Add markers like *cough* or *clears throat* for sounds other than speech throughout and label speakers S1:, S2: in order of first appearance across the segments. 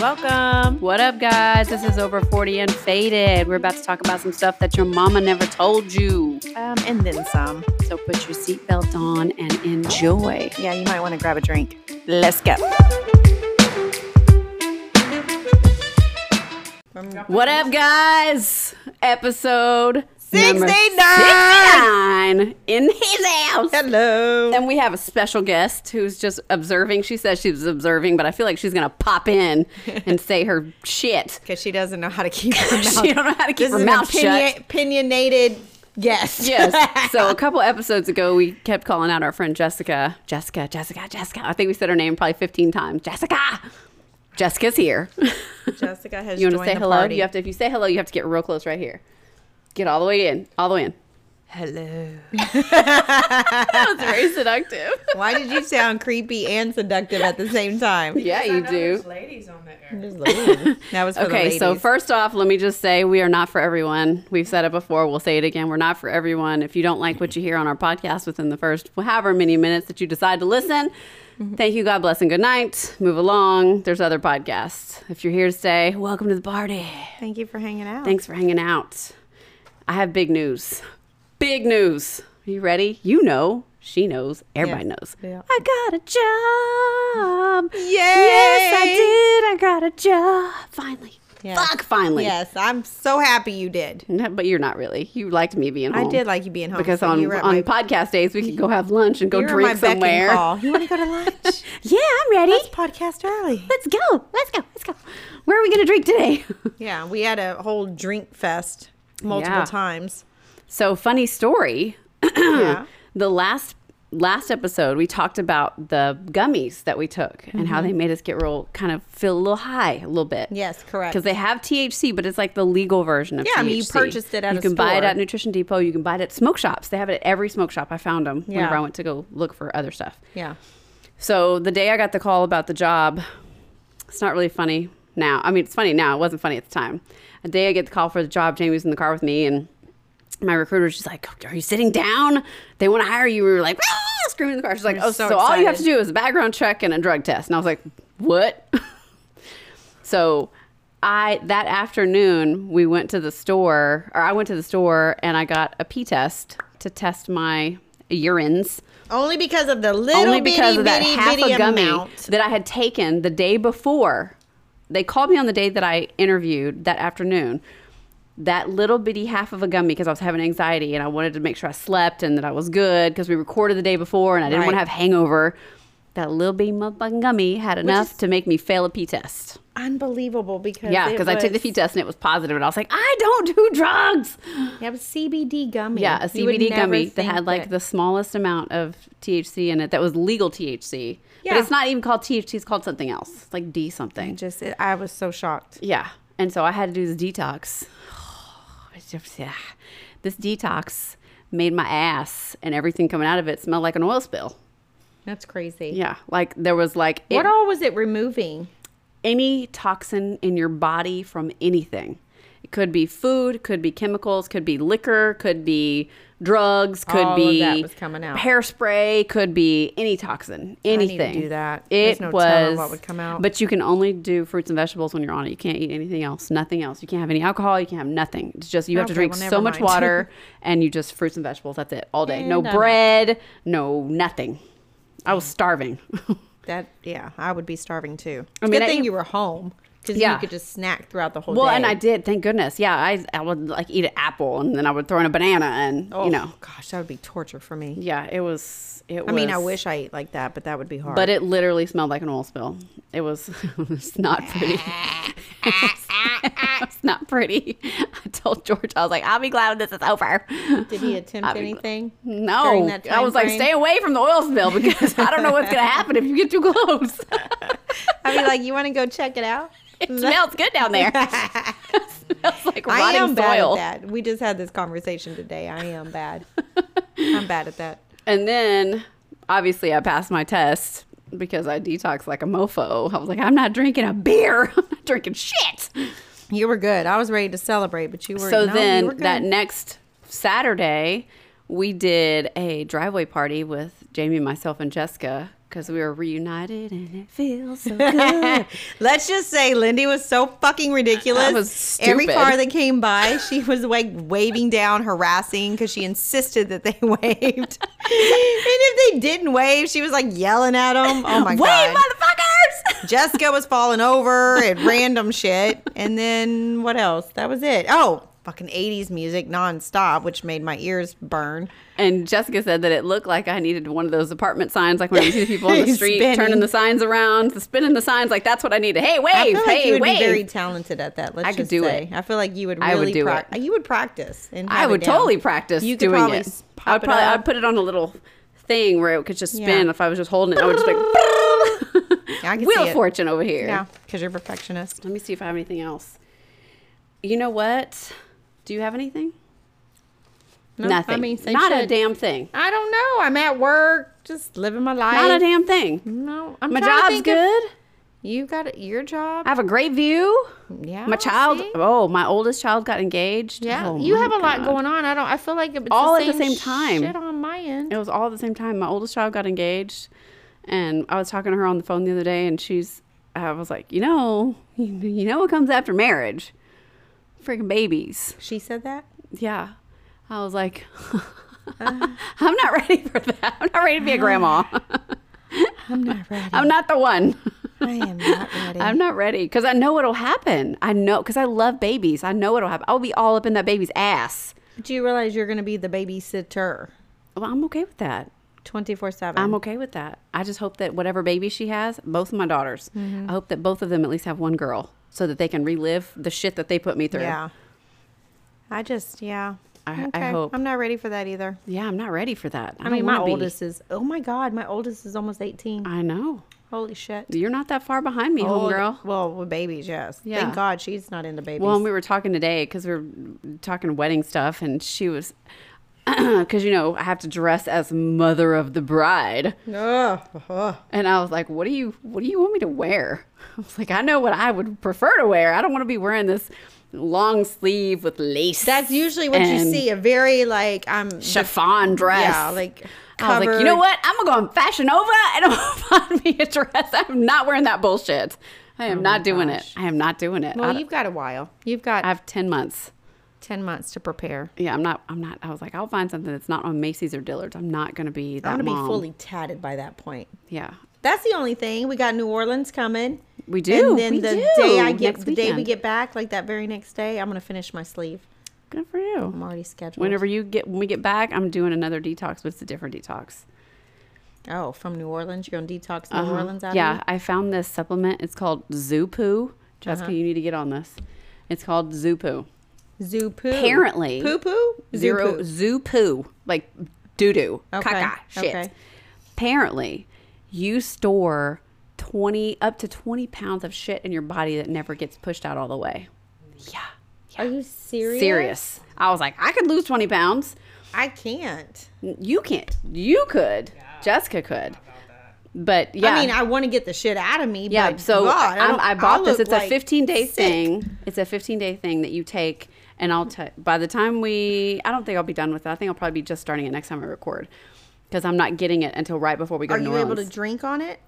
S1: Welcome.
S2: What up, guys? This is Over 40 and Faded. We're about to talk about some stuff that your mama never told you.
S1: Um, and then some.
S2: So put your seatbelt on and enjoy.
S1: Yeah, you might want to grab a drink. Let's go.
S2: What up, guys? Episode number
S1: 69.
S2: 69 in his house.
S1: Hello.
S2: And we have a special guest who's just observing. She says she was observing, but I feel like she's going to pop in and say her shit. *laughs*
S1: Because she doesn't know how to keep her mouth.
S2: She don't know how to keep
S1: this
S2: her
S1: is an
S2: mouth
S1: opinion-
S2: shut.
S1: Opinionated guest. *laughs*
S2: Yes. So a couple episodes ago, we kept calling out our friend Jessica. Jessica, Jessica, Jessica. I think we said her name probably 15 times. Jessica. Jessica's here.
S1: Jessica has
S2: you want to
S1: joined
S2: say
S1: the
S2: hello?
S1: Party.
S2: You have to. If you say hello, you have to get real close right here. Get all the way in. All the way in.
S1: *laughs* hello.
S2: That's very seductive.
S1: Why did you sound creepy and seductive at the same
S2: *laughs*
S1: time?
S2: yeah, you do.
S3: ladies on the air.
S1: Just ladies. That was for the
S2: Okay,
S1: ladies.
S2: so first off, let me just say we are not for everyone. We've said it before. We'll say it again. We're not for everyone. If you don't like what you hear on our podcast within the first however many minutes that you decide to listen,
S1: Mm-hmm.
S2: thank you. God bless and good night. Move along. There's other podcasts. If you're here to stay, welcome to the party.
S1: thank you for hanging out.
S2: Thanks for hanging out. I have big news. Big news. Are you ready? You know, she knows, everybody
S1: Yeah.
S2: knows.
S1: Yeah.
S2: I got a job. Yes, I
S1: Yay!
S2: did. I got a job. Finally.
S1: Yes.
S2: Fuck, finally.
S1: Yes, I'm so happy you did.
S2: No, but you're not really. You liked me being home.
S1: I did like you being home
S2: Because
S1: so
S2: on,
S1: you were at
S2: on
S1: my-
S2: podcast days, we could go have lunch and go
S1: You're my
S2: drink
S1: beck and
S2: somewhere.
S1: call. You want to go to
S2: *laughs*
S1: lunch?
S2: Yeah, I'm ready.
S1: Let's podcast early.
S2: Let's go. Let's go. Let's go. Where are we going to drink today? *laughs*
S1: Yeah, we had a whole drink fest multiple
S2: Yeah. *clears throat*
S1: times.
S2: so, funny story. *clears throat*
S1: yeah.
S2: the last last episode we talked about the gummies that we took and how they made us get real kind of feel a little high a little bit
S1: Mm-hmm. Yes, correct.
S2: because they have THC, but it's like the legal version of
S1: Yeah,
S2: THC.
S1: I mean, you purchased it at
S2: You
S1: a
S2: can buy it
S1: store.
S2: at Nutrition Depot. You can buy it at smoke shops. They have it at every smoke shop. I found them
S1: Yeah.
S2: whenever I went to go look for other stuff.
S1: Yeah.
S2: So the day I got the call about the job, it's not really funny now. I mean, it's funny now. It wasn't funny at the time. A day I get the call for the job, Jamie was in the car with me, and my recruiter was just like, "Are you sitting down? They want to hire you." We were like, "Ah!" screaming in the car. She's like,
S1: You're
S2: "Oh,
S1: so
S2: so, all you have to
S1: excited.
S2: do is a background check and a drug test." And I was like, "What?" *laughs* so. I that afternoon we went to the store or I went to the store and I got a pee test to test my urines
S1: Only because of the little
S2: only because
S1: bitty,
S2: of that
S1: bitty,
S2: half
S1: bitty
S2: a gummy
S1: amount.
S2: that I had taken the day before. They called me on the day that I interviewed that afternoon. That little bitty half of a gummy because I was having anxiety and I wanted to make sure I slept and that I was good because we recorded the day before and I didn't want to
S1: Right.
S2: have hangover. That little bitty motherfucking gummy had enough to make me fail a pee test.
S1: Unbelievable because
S2: Yeah,
S1: it
S2: because I took the
S1: was-
S2: pee test and it was positive, and I was like, I don't do drugs.
S1: Yeah, it was CBD gummy.
S2: Yeah, a
S1: You would
S2: CBD
S1: never
S2: gummy that
S1: think
S2: had like the smallest amount of THC in it that was legal THC.
S1: Yeah.
S2: But it's not even called THC, it's called something else. It's like D something.
S1: Just, it, I was so shocked.
S2: Yeah. And so I had to do this detox. *sighs* It's just- yeah. This detox made my ass and everything coming out of it smell like an oil spill.
S1: That's crazy.
S2: Yeah. Like there was like it-
S1: What all was it removing?
S2: any toxin in your body from anything. It could be food, could be chemicals, could be liquor, could be drugs, could
S1: All of
S2: be
S1: that was coming out.
S2: hairspray, could be any toxin,
S1: need to
S2: anything.
S1: do that. There's
S2: It
S1: no telling
S2: was
S1: what would come out.
S2: But you can only do fruits and vegetables when you're on it. You can't eat anything else, nothing else. You can't have any alcohol. You can't have nothing. It's just you have to
S1: Okay,
S2: drink
S1: well,
S2: so
S1: never
S2: much
S1: mind. *laughs*
S2: water and you just fruits and vegetables. That's it all day. no
S1: And I'm out.
S2: bread, no nothing. I was starving. *laughs*
S1: That yeah, I would be starving too.
S2: I mean,
S1: Good
S2: I
S1: thing
S2: ate-
S1: you were home because
S2: Yeah.
S1: you could just snack throughout the whole
S2: Well,
S1: day.
S2: and I did, thank goodness. Yeah, I, I would like eat an apple and then I would throw in a banana and
S1: oh,
S2: you know.
S1: gosh, that would be torture for me.
S2: Yeah, it was it
S1: I mean, I wish I ate like that, but that would be hard.
S2: but it literally smelled like an oil spill. It was *laughs* it's not pretty. *laughs* it's not pretty. I told George, I was like, I'll be glad when this is over.
S1: did
S2: *laughs*
S1: he attempt
S2: I'd be-
S1: anything? during
S2: No,
S1: that
S2: I was like,
S1: timeframe?
S2: stay away from the oil spill because I don't know what's gonna happen if you get too close. *laughs*
S1: I'd be like, you want to go check it out? *laughs*
S2: it smells good down there. *laughs* it smells like
S1: I
S2: rotting
S1: am
S2: soil.
S1: bad at that. We just had this conversation today. I am
S2: *laughs*
S1: bad. I'm bad at that.
S2: And then obviously I passed my test because I detoxed like a mofo. I was like, I'm not drinking a beer. *laughs* I'm not drinking shit.
S1: You were good. I was ready to celebrate, but you were
S2: so
S1: no, you
S2: then
S1: were good.
S2: that next Saturday, we did a driveway party with Jamie, myself, and Jessica because we were reunited and it
S1: *laughs*
S2: feels so good.
S1: Let's just say Lindy was so fucking ridiculous.
S2: That was
S1: Every
S2: stupid.
S1: car that came by, she was like waving down, harassing because she insisted that they *laughs* waved. and if they didn't wave, she was like yelling at them. Oh my
S2: Wait,
S1: god!
S2: motherfuckers! *laughs*
S1: Jessica was falling over and random shit. And then what else? That was it. Oh, fucking 80s music nonstop, which made my ears burn.
S2: And Jessica said that it looked like I needed one of those apartment signs, like when you see the
S1: *laughs*
S2: people on the street
S1: Spinning.
S2: turning the signs around, the spinning the signs, like that's what I needed. Hey, wave!
S1: I feel like
S2: hey,
S1: you would
S2: wave!
S1: be very talented at that. Let's
S2: I could
S1: just
S2: do
S1: say. I feel like you would really
S2: I would do
S1: prac- You would practice. And
S2: I
S1: have it
S2: would
S1: down.
S2: totally practice
S1: You could
S2: doing
S1: probably
S2: it.
S1: s-
S2: I would
S1: pop it
S2: probably
S1: up.
S2: I'd put it on a little thing where it could just spin
S1: Yeah.
S2: if I was just holding it. I would just like
S1: *laughs* I can
S2: Wheel
S1: see
S2: of
S1: it.
S2: Fortune over here.
S1: Yeah, because you're a perfectionist.
S2: Let me see if I have anything else. You know what? Do you have anything?
S1: No, I
S2: Nothing.
S1: mean, they
S2: Not a
S1: should.
S2: damn thing.
S1: I don't know. I'm at work, just living my life.
S2: Not a damn thing.
S1: no, I'm
S2: My
S1: trying to
S2: job's
S1: think of-
S2: good.
S1: you got it- your job.
S2: I have a great view.
S1: yeah,
S2: My child,
S1: see?
S2: oh, my oldest child got engaged.
S1: Yeah,
S2: Oh,
S1: you
S2: my
S1: have a lot
S2: God.
S1: going on. I don't. I feel like it's
S2: All
S1: the
S2: at the
S1: same
S2: same time.
S1: Shit on my end.
S2: It was all at the same time. My oldest child got engaged, and I was talking to her on the phone the other day, and she's, I was like, you know, you know what comes after marriage? Freaking babies.
S1: She said that.
S2: Yeah. I was like, *laughs* I'm not ready for that. I'm not ready to be a grandma.
S1: I'm not ready.
S2: *laughs* I'm not the one.
S1: I am not ready.
S2: *laughs* I'm not ready because I know it'll happen. I know because I love babies. I know it'll happen. I'll be all up in that baby's ass.
S1: Do you realize you're going to be the babysitter
S2: Well, I'm okay with that.
S1: 24
S2: I'm
S1: 7?
S2: okay with that. I just hope that whatever baby she has, both of my daughters,
S1: Mm-hmm.
S2: I hope that both of them at least have one girl so that they can relive the shit that they put me through.
S1: Yeah. I just, yeah.
S2: I- I hope.
S1: I'm not ready for that either.
S2: Yeah, I'm not ready for that.
S1: I, mean, my
S2: oldest.
S1: oldest is, oh my God, my oldest is almost 18.
S2: I know.
S1: Holy shit.
S2: You're not that far behind me,
S1: Old-
S2: homegirl.
S1: Well, with babies, yes.
S2: Yeah.
S1: Thank God she's not into babies.
S2: Well, and we were talking today because we were talking wedding stuff, and she was, *clears throat* because you know, I have to dress as mother of the bride,
S1: Ugh, ugh.
S2: and I was like, "What do you, what do you want me to wear?" *laughs* I was like, "I know what I would prefer to wear. I don't want to be wearing this long sleeve with lace."
S1: That's usually what you
S2: and
S1: see. A very like I'm
S2: Chiffon dress.
S1: yeah, like
S2: I was like, you know
S1: covered-
S2: what? I'm gonna go on Fashion Nova and *laughs* I'm gonna find me a dress. I'm not wearing that bullshit. I am not doing it. I am not doing it. I
S1: Oh Well,
S2: don't-
S1: you've got a while. You've got
S2: I have ten months.
S1: 10 months to prepare.
S2: yeah, I'm not. I'm not. I was like, I'll find something that's not on Macy's or Dillard's. I'm not going to be that
S1: I'm gonna
S2: mom.
S1: be fully tatted by that point.
S2: Yeah,
S1: That's the only thing. We got New Orleans coming.
S2: we do.
S1: And then
S2: we
S1: the
S2: do.
S1: day I get
S2: Next
S1: the day we
S2: weekend.
S1: get back, like that very next day, I'm gonna finish my sleeve.
S2: good for you.
S1: I'm already scheduled.
S2: Whenever you get when we get back, I'm doing another detox, but it's a different detox.
S1: oh, from New Orleans, you're gonna detox New
S2: Uh-huh.
S1: Orleans out.
S2: Yeah, I found this supplement. It's called Zupu. Jessica,
S1: Uh-huh.
S2: you need to get on this. It's called Zupu.
S1: zoo poo.
S2: Apparently-
S1: poo poo
S2: Zero Zupu, like doo doo,
S1: Okay,
S2: caca, shit.
S1: okay.
S2: Apparently, you store twenty up to twenty pounds of shit in your body that never gets pushed out all the way. Yeah.
S1: Are you serious?
S2: serious. I was like, I could lose 20 pounds.
S1: I can't.
S2: N- You can't. You could. Jessica could. But yeah.
S1: I mean, I want to get the shit out of me.
S2: yeah.
S1: But
S2: So
S1: God,
S2: I'm-
S1: don't-
S2: I, bought
S1: I'll
S2: this.
S1: look
S2: It's a
S1: like
S2: 15 day
S1: sick.
S2: thing. It's a 15 day thing that you take. And I'll, t- by the time we, I don't think I'll be done with it. I think I'll probably be just starting it next time I record because I'm not getting it until right before we go
S1: Are
S2: to New
S1: you able
S2: Orleans.
S1: to drink on it?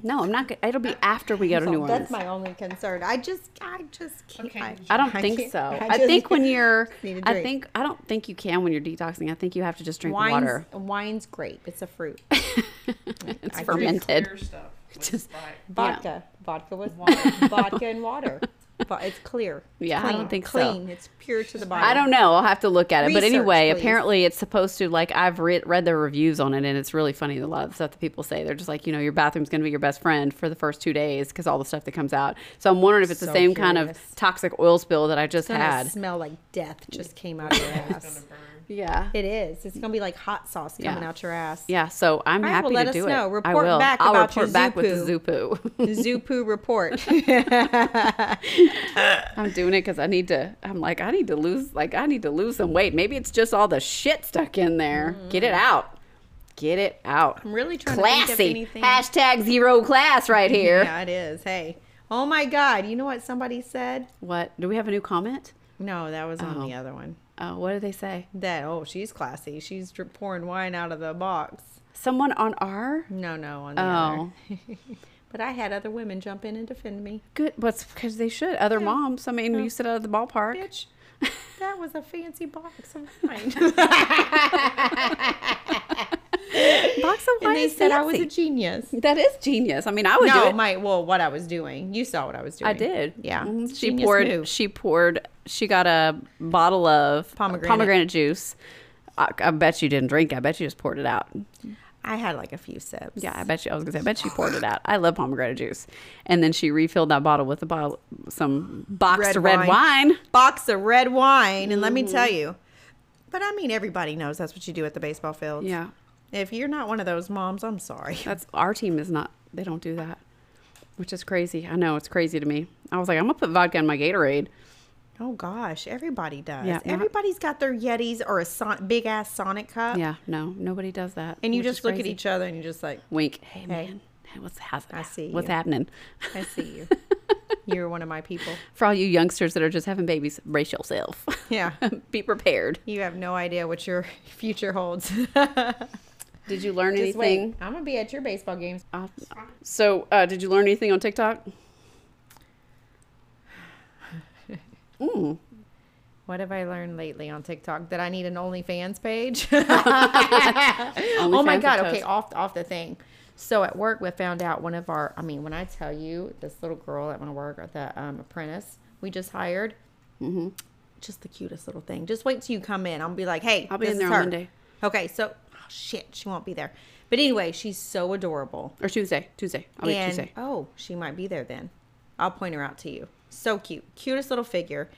S2: no, I'm not. g- It'll be after we go to
S1: So
S2: New Orleans.
S1: That's my only concern. I just, I just can't. I,
S2: I don't think
S1: can't-
S2: so. I,
S1: just
S2: think when you're,
S1: *laughs* need a
S2: I
S1: drink.
S2: think, I don't think you can when you're detoxing. I think you have to just drink
S1: wine's,
S2: water.
S1: wine's grape. It's a
S2: *laughs*
S1: fruit.
S2: It's
S1: I-
S2: fermented. *laughs*
S3: Clear stuff. Like
S2: Just-
S3: Sprite.
S1: Vodka, vodka with water. *laughs* vodka and water. But it's clear. It's
S2: Yeah, I
S1: clean.
S2: don't think so.
S1: clean. It's pure to the body.
S2: I don't know. I'll have to look at it. but
S1: Research,
S2: anyway,
S1: please.
S2: apparently it's supposed to like I've re- read the reviews on it, and it's really funny. A lot of the stuff that people say they're just like, you know, your bathroom's going to be your best friend for the first two days because all the stuff that comes out. So I'm wondering if it's the
S1: So
S2: same kind of
S1: curious.
S2: toxic oil spill that I just
S1: It's gonna
S2: had.
S1: smell like death
S2: *laughs*
S1: just came out of your ass.
S2: Yeah,
S1: it is. It's gonna be like hot sauce coming
S2: Yeah.
S1: out your ass.
S2: yeah. So I'm
S1: right,
S2: happy
S1: well, let
S2: to
S1: us
S2: do it.
S1: know.
S2: I
S1: Report
S2: will.
S1: back
S2: I'll
S1: about your
S2: report back with the Zupu. *laughs*
S1: Zupu report. *laughs*
S2: I'm doing it because I need to. I'm like, I need to lose. Like, I need to lose some weight. Maybe it's just all the shit stuck in there. Get it out. Get it out.
S1: Mm. I'm really trying to think of
S2: classy.
S1: anything.
S2: Hashtag zero class right here.
S1: Yeah, it is. Hey. Oh my God. You know what somebody said?
S2: What? Do we have a new comment?
S1: No, that was on the other one.
S2: Oh, what did they say?
S1: That, oh, she's classy. She's dri- pouring wine out of the box.
S2: Someone on our
S1: No, no, on the
S2: Oh.
S1: other. *laughs* but I had other women jump in and defend
S2: *laughs*
S1: me.
S2: good, what's because they should. Other moms. I mean, you sit out of the ballpark.
S1: Bitch, that was a fancy box
S2: *laughs*
S1: of wine.
S2: Box of
S1: and they
S2: is
S1: said I was a
S2: fancy.
S1: genius.
S2: That is genius. I mean, I would do
S1: No,
S2: it.
S1: my well, what I was doing. You saw what I was doing.
S2: I did.
S1: Yeah.
S2: Mhm. She
S1: Genius
S2: poured.
S1: move.
S2: She poured. She got a bottle of
S1: Pomegranate.
S2: juice. I, I bet you didn't drink. it. I bet you just poured it out.
S1: I had like a few sips.
S2: Yeah, I bet you. I was gonna say, I bet she poured it out. I love pomegranate juice. And then she refilled that bottle with a bottle, some boxed
S1: Red
S2: red, wine.
S1: Box of red wine, and let me
S2: Mm-hmm.
S1: tell you. But I mean, everybody knows that's what you do at the baseball field.
S2: Yeah,
S1: If you're not one of those moms, I'm sorry.
S2: that's our team is not. They don't do that, which is crazy. I know it's crazy to me. I was like, I'm gonna put vodka in my Gatorade.
S1: Oh gosh, everybody does.
S2: Yeah, no.
S1: Everybody's got their Yetis or a son- big ass Sonic cup.
S2: Yeah, no, nobody does that.
S1: And you
S2: which is
S1: just look at
S2: crazy.
S1: each other and you're just like,
S2: Wink. Hey, man.
S1: man.
S2: Hey, what's happening?
S1: I see
S2: What's
S1: you.
S2: happening?
S1: I see
S2: *laughs*
S1: you. you're one of my people.
S2: For all you youngsters that are just having babies, brace yourself. *laughs*
S1: Yeah.
S2: Be prepared.
S1: You have no idea what your *laughs* future holds.
S2: Did you learn
S1: Just wait.
S2: anything?
S1: I'm gonna be at your baseball games.
S2: Uh, so, uh, did you learn anything on TikTok? Mm.
S1: What have I learned lately on TikTok? That I need an OnlyFans
S2: *laughs*
S1: page. oh my
S2: OnlyFans
S1: god!
S2: and
S1: Okay,
S2: toast.
S1: off off the thing. So at work, we found out one of our. I mean, when I tell you this little girl at my work, or the um, apprentice we just hired,
S2: Mm-hmm.
S1: just the cutest little thing. Just wait till you come in. I'll be like, hey,
S2: I'll be
S1: this
S2: in there
S1: is
S2: on
S1: her.
S2: Monday.
S1: Okay, so oh, shit, she won't be there. But anyway, she's so adorable.
S2: Or Tuesday. Tuesday. I'll be
S1: and
S2: Tuesday.
S1: oh, she might be there then. I'll point her out to you. So cute, cutest little figure.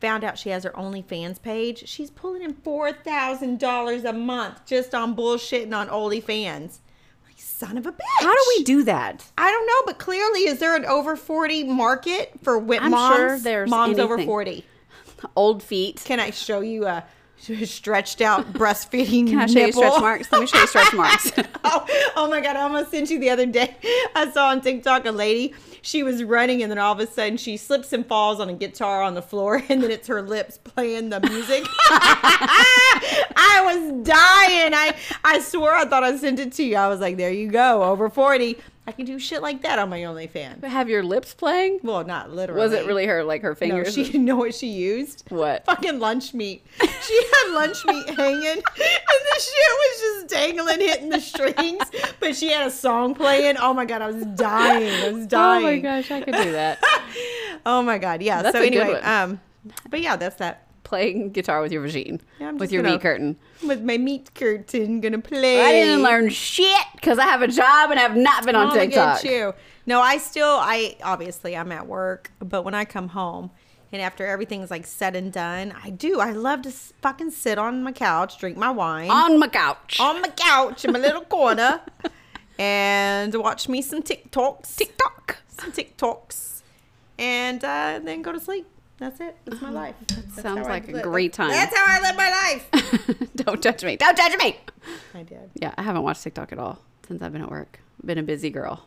S1: Found out she has her OnlyFans page. She's pulling in four thousand dollars a month just on bullshitting on OnlyFans. Like son of a bitch.
S2: How do we do that?
S1: I don't know, but clearly, is there an over forty market for whip
S2: I'm
S1: moms?
S2: sure there's
S1: moms over
S2: anything.
S1: forty.
S2: Old feet.
S1: Can I show you a *laughs* stretched out *laughs* breastfeeding?
S2: Can I show you
S1: nipple?
S2: stretch marks? Let me show you *laughs* stretch marks.
S1: oh, *laughs* oh my god! I almost sent you the other day. I saw on TikTok a lady. She was running, and then all of a sudden, she slips and falls on a guitar on the floor, *laughs* and then it's her lips playing the music. *laughs* I was dying. I I swore I thought I sent it to you. I was like, there you go, over forty. I can do shit like that on my OnlyFans.
S2: Have your lips playing?
S1: Well, not literally.
S2: Was it really her, like her
S1: No,
S2: fingers?
S1: she *laughs* you know what she used.
S2: *laughs* What?
S1: Fucking lunch meat. She had lunch meat hanging, *laughs* and the shit was just dangling, hitting the strings. But she had a song playing. Oh my god, I was dying. I was
S2: oh
S1: dying.
S2: my gosh, I could do *laughs* that.
S1: Oh my god. Yeah.
S2: That's
S1: so
S2: a good
S1: anyway,
S2: one.
S1: um, but yeah, that's that.
S2: Playing guitar with your machine.
S1: Yeah, I'm
S2: with
S1: just
S2: your
S1: gonna-
S2: meat curtain.
S1: With my meat curtain, gonna play.
S2: I didn't learn shit because I have a job and have not been
S1: Oh,
S2: on
S1: look
S2: TikTok.
S1: at you. No, I still, I obviously I'm at work, but when I come home and after everything's like said and done, I do. I love to s- fucking sit on my couch, drink my wine.
S2: On my couch.
S1: on my couch in my little corner and watch me some TikToks. TikTok. Some TikToks. And uh, then go to sleep. That's it. That's my life. That's
S2: sounds
S1: how I
S2: like a
S1: live.
S2: great time.
S1: That's how I live my life.
S2: *laughs*
S1: *laughs*
S2: Don't judge me. Don't judge me.
S1: I did.
S2: Yeah, I haven't watched TikTok at all since I've been at work. Been a busy girl.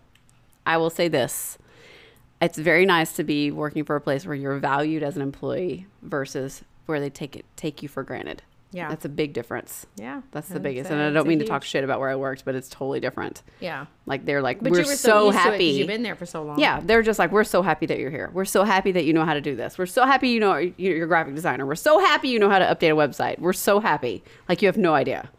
S2: I will say this. It's very nice to be working for a place where you're valued as an employee versus where they take it take you for granted.
S1: Yeah.
S2: That's a big difference.
S1: Yeah.
S2: That's the
S1: I'd
S2: biggest.
S1: say
S2: And I
S1: it's
S2: don't
S1: a
S2: mean to
S1: huge-
S2: talk shit about where I worked, but it's totally different.
S1: Yeah.
S2: Like they're like,
S1: But
S2: we're
S1: you were so,
S2: so,
S1: used to it 'cause
S2: happy.
S1: You've been there for so long.
S2: Yeah, they're just like, we're so happy that you're here. We're so happy that you know how to do this. We're so happy you know you- you're a graphic designer. We're so happy you know how to update a website. We're so happy. Like you have no idea.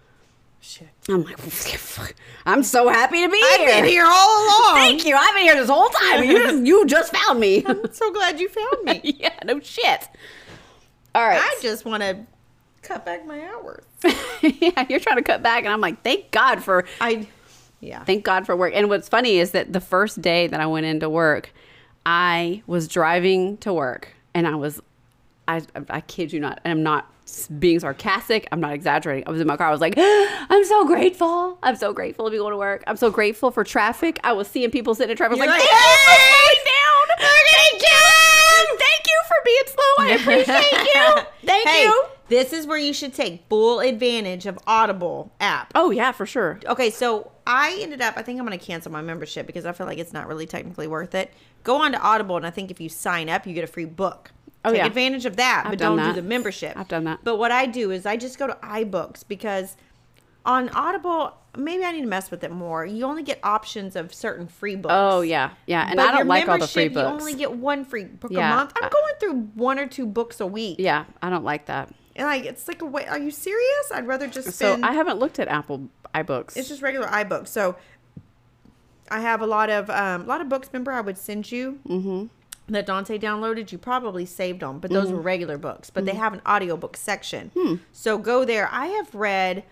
S1: Shit.
S2: I'm like, *laughs* I'm so happy to be
S1: I've
S2: here.
S1: been here all along.
S2: *laughs* Thank you. I've been here this whole time. You just you just found me. *laughs*
S1: I'm so glad you found me.
S2: yeah, no shit. All right.
S1: I just want to cut back my hours.
S2: *laughs* yeah, you're trying to cut back, and I'm like, thank God for
S1: I, yeah.
S2: thank God for work. And what's funny is that the first day that I went into work, I was driving to work and I was, I, I kid you not, and I'm not s- being sarcastic, I'm not exaggerating. I was in my car, I was like, *gasps* I'm so grateful. I'm so grateful to be going to work. I'm so grateful for traffic. I was seeing people sitting in traffic. I was
S1: You're
S2: like,
S1: like,
S2: "Thank you for slowing down. Thank you. Thank you for being slow. I
S1: *laughs*
S2: appreciate you. Thank
S1: Hey,
S2: you.
S1: This is where you should take full advantage of Audible app.
S2: Oh, yeah, for sure.
S1: Okay, so I ended up, I think I'm going to cancel my membership because I feel like it's not really technically worth it. Go on to Audible, and I think if you sign up, you get a free book.
S2: Oh,
S1: Take
S2: yeah.
S1: advantage of that, but
S2: done
S1: don't
S2: that.
S1: do the membership.
S2: I've done that.
S1: But what I do is I just go to iBooks because on Audible, maybe I need to mess with it more. You only get options of certain free books.
S2: Oh yeah, yeah. And
S1: But
S2: I don't
S1: your
S2: like all the free
S1: membership,
S2: books.
S1: You only get one free book
S2: Yeah.
S1: a month. I'm
S2: I-
S1: going through one or two books a week.
S2: yeah, I don't like that.
S1: And like it's like a way are you serious? I'd rather just
S2: So
S1: spend
S2: I haven't looked at Apple iBooks.
S1: it's just regular iBooks. So I have a lot of um, a lot of books. Remember, I would send you
S2: Mm-hmm.
S1: that Dante downloaded. You probably saved them, but those were regular books. But they
S2: Mm-hmm.
S1: have an audiobook section.
S2: Hmm.
S1: So go there. I have read.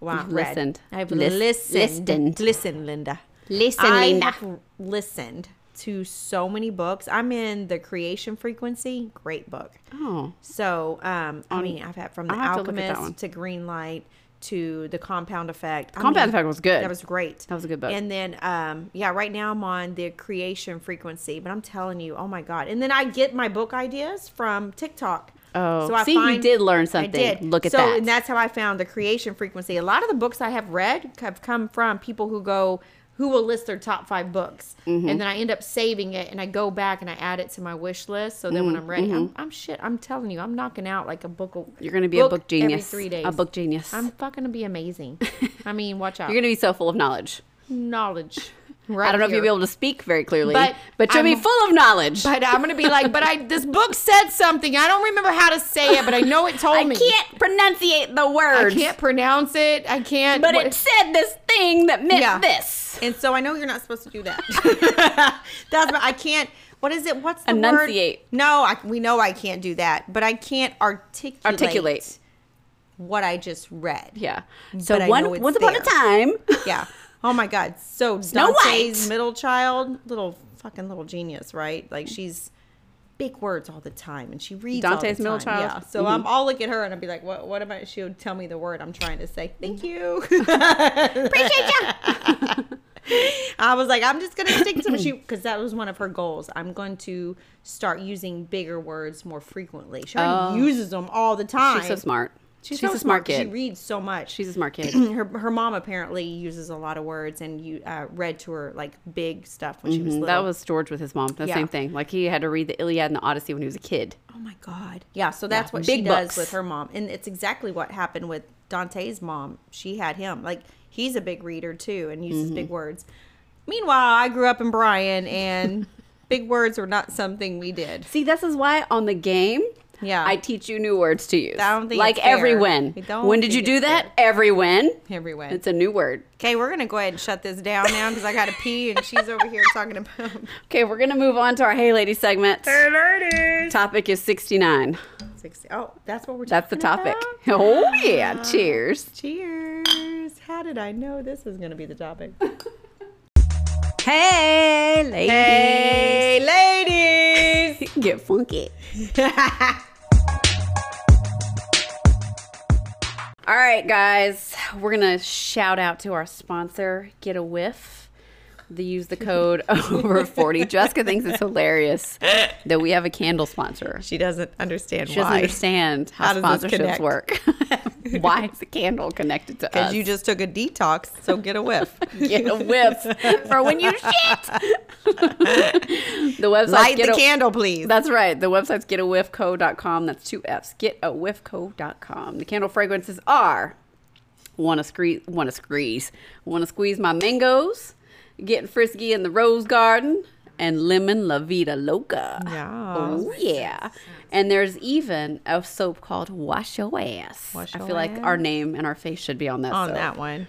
S1: Wow,
S2: You've
S1: read.
S2: listened.
S1: I've
S2: Lis-
S1: listened.
S2: listened.
S1: Listen, Linda.
S2: Listen,
S1: I
S2: Linda.
S1: have listened to so many books. I'm in the Creation Frequency. Great book.
S2: oh,
S1: So, um, I mean, I've had from The
S2: I'll have to look at that one.
S1: Alchemist to, Green Light to The Compound Effect. I
S2: Compound
S1: mean,
S2: Effect was good.
S1: That was great.
S2: That was a good book.
S1: And then, um, yeah, right now I'm on the Creation Frequency, but I'm telling you, oh my god! And then I get my book ideas from TikTok.
S2: Oh. See, you did learn something. Look at
S1: so,
S2: that.
S1: and that's how I found the Creation Frequency. A lot of the books I have read have come from people who go. Who will list their top five books,
S2: Mm-hmm.
S1: and then I end up saving it, and I go back and I add it to my wish list. So then when I'm ready, I'm, I'm shit. I'm telling you, I'm knocking out like a book. a-
S2: Mm-hmm. you're gonna be a book
S1: every
S2: genius.
S1: three days.
S2: A book genius.
S1: I'm fucking gonna be
S2: *laughs*
S1: amazing. I mean, watch out.
S2: you're gonna be so full of knowledge.
S1: knowledge.
S2: *laughs* I don't know if
S1: here.
S2: you'll be able to speak very clearly, but,
S1: But
S2: you'll be
S1: I'm-
S2: full of knowledge.
S1: But I'm gonna be like, but I this book said something. I don't remember how to say it, but I know it told
S2: I
S1: me.
S2: can't pronunciate the
S1: I
S2: words.
S1: can't pronounce it. I can't.
S2: but
S1: what-
S2: it said this thing that meant
S1: Yeah.
S2: this.
S1: And so I know you're not supposed to do
S2: *laughs*
S1: that. *laughs* That's what I can't. What is it? What's the
S2: Enunciate.
S1: word? No, I, we know I can't do that, but I can't articulate
S2: Articulate.
S1: what I just read.
S2: Yeah. So
S1: But I know
S2: one
S1: it's
S2: once upon a
S1: there.
S2: time.
S1: Yeah. Oh my God. So
S2: Snow
S1: Dante's
S2: White.
S1: middle child, little fucking little genius, right? Like she's big words all the time, and she reads. all the
S2: Dante's middle
S1: time.
S2: child? Mm-hmm.
S1: Yeah. So um, I'll look at her and I'll be like, "What? What am I?" She'll tell me the word I'm trying to say. Thank you.
S2: Mm-hmm.
S1: *laughs* Appreciate you. I was like, I'm just gonna stick to she because that was one of her goals. I'm going to start using bigger words more frequently. She already
S2: Oh.
S1: uses them all the time.
S2: *laughs* She's so smart.
S1: She's,
S2: She's,
S1: so
S2: a smart,
S1: She
S2: kid.
S1: reads so much
S2: She's a smart kid.
S1: *clears throat* her, her mom apparently uses a lot of words and you uh, read to her like big stuff when she was little.
S2: Mm-hmm. that was George with his mom. The
S1: Yeah.
S2: same thing. Like he had to read the Iliad and the Odyssey when he was a kid.
S1: oh my god yeah so that's what she
S2: big
S1: does
S2: books.
S1: with her mom and it's exactly what happened with Dante's mom she had him like he's a big reader too and uses
S2: Mm-hmm.
S1: big words meanwhile I grew up in Bryan
S2: *laughs*
S1: and big words were not something we did
S2: See, this is why on the game,
S1: Yeah.
S2: I teach you new words to use.
S1: I don't think
S2: like
S1: it's fair.
S2: every win.
S1: I don't
S2: When did you
S1: think
S2: do
S1: it's
S2: that? Every win.
S1: every way
S2: It's a new word.
S1: okay we're gonna go ahead and shut this down now because I gotta pee and she's over here talking about
S2: Okay, we're gonna move on to our *laughs* Hey Lady segment.
S1: ladies
S2: Topic is sixty nine.
S1: 60. oh that's what we're
S2: That's the
S1: talking about?
S2: topic. Oh yeah. Cheers.
S1: Cheers. How did I know this was going to be the topic? *laughs*
S2: Hey ladies.
S1: ladies.
S2: Get funky. All right, guys, we're gonna shout out to our sponsor, Get a Whiff. They use the code
S1: *laughs*
S2: over forty. Jessica thinks it's hilarious that we have a candle sponsor.
S1: *laughs* she doesn't understand
S2: She doesn't
S1: why.
S2: understand how,
S1: How does this
S2: sponsorships
S1: connect?
S2: work. *laughs* Why is the candle connected to us?
S1: Because you just took a detox, so get a *laughs* whiff.
S2: get a whiff *laughs*
S1: *laughs*
S2: for when you shit. the website
S1: Light
S2: get
S1: the
S2: a-
S1: candle, please.
S2: That's right. The website's getawhiffco.com. That's two F's. Getawhiffco.com. The candle fragrances are want to squeeze, want to squeeze, want to squeeze my mangoes, getting frisky in the rose garden, and lemon la vida loca.
S1: Yeah.
S2: Oh yeah. And there's even a soap called Wash Your Ass.
S1: Wash
S2: I
S1: Your
S2: feel like our name and our face should be on that.
S1: On
S2: soap.
S1: that one.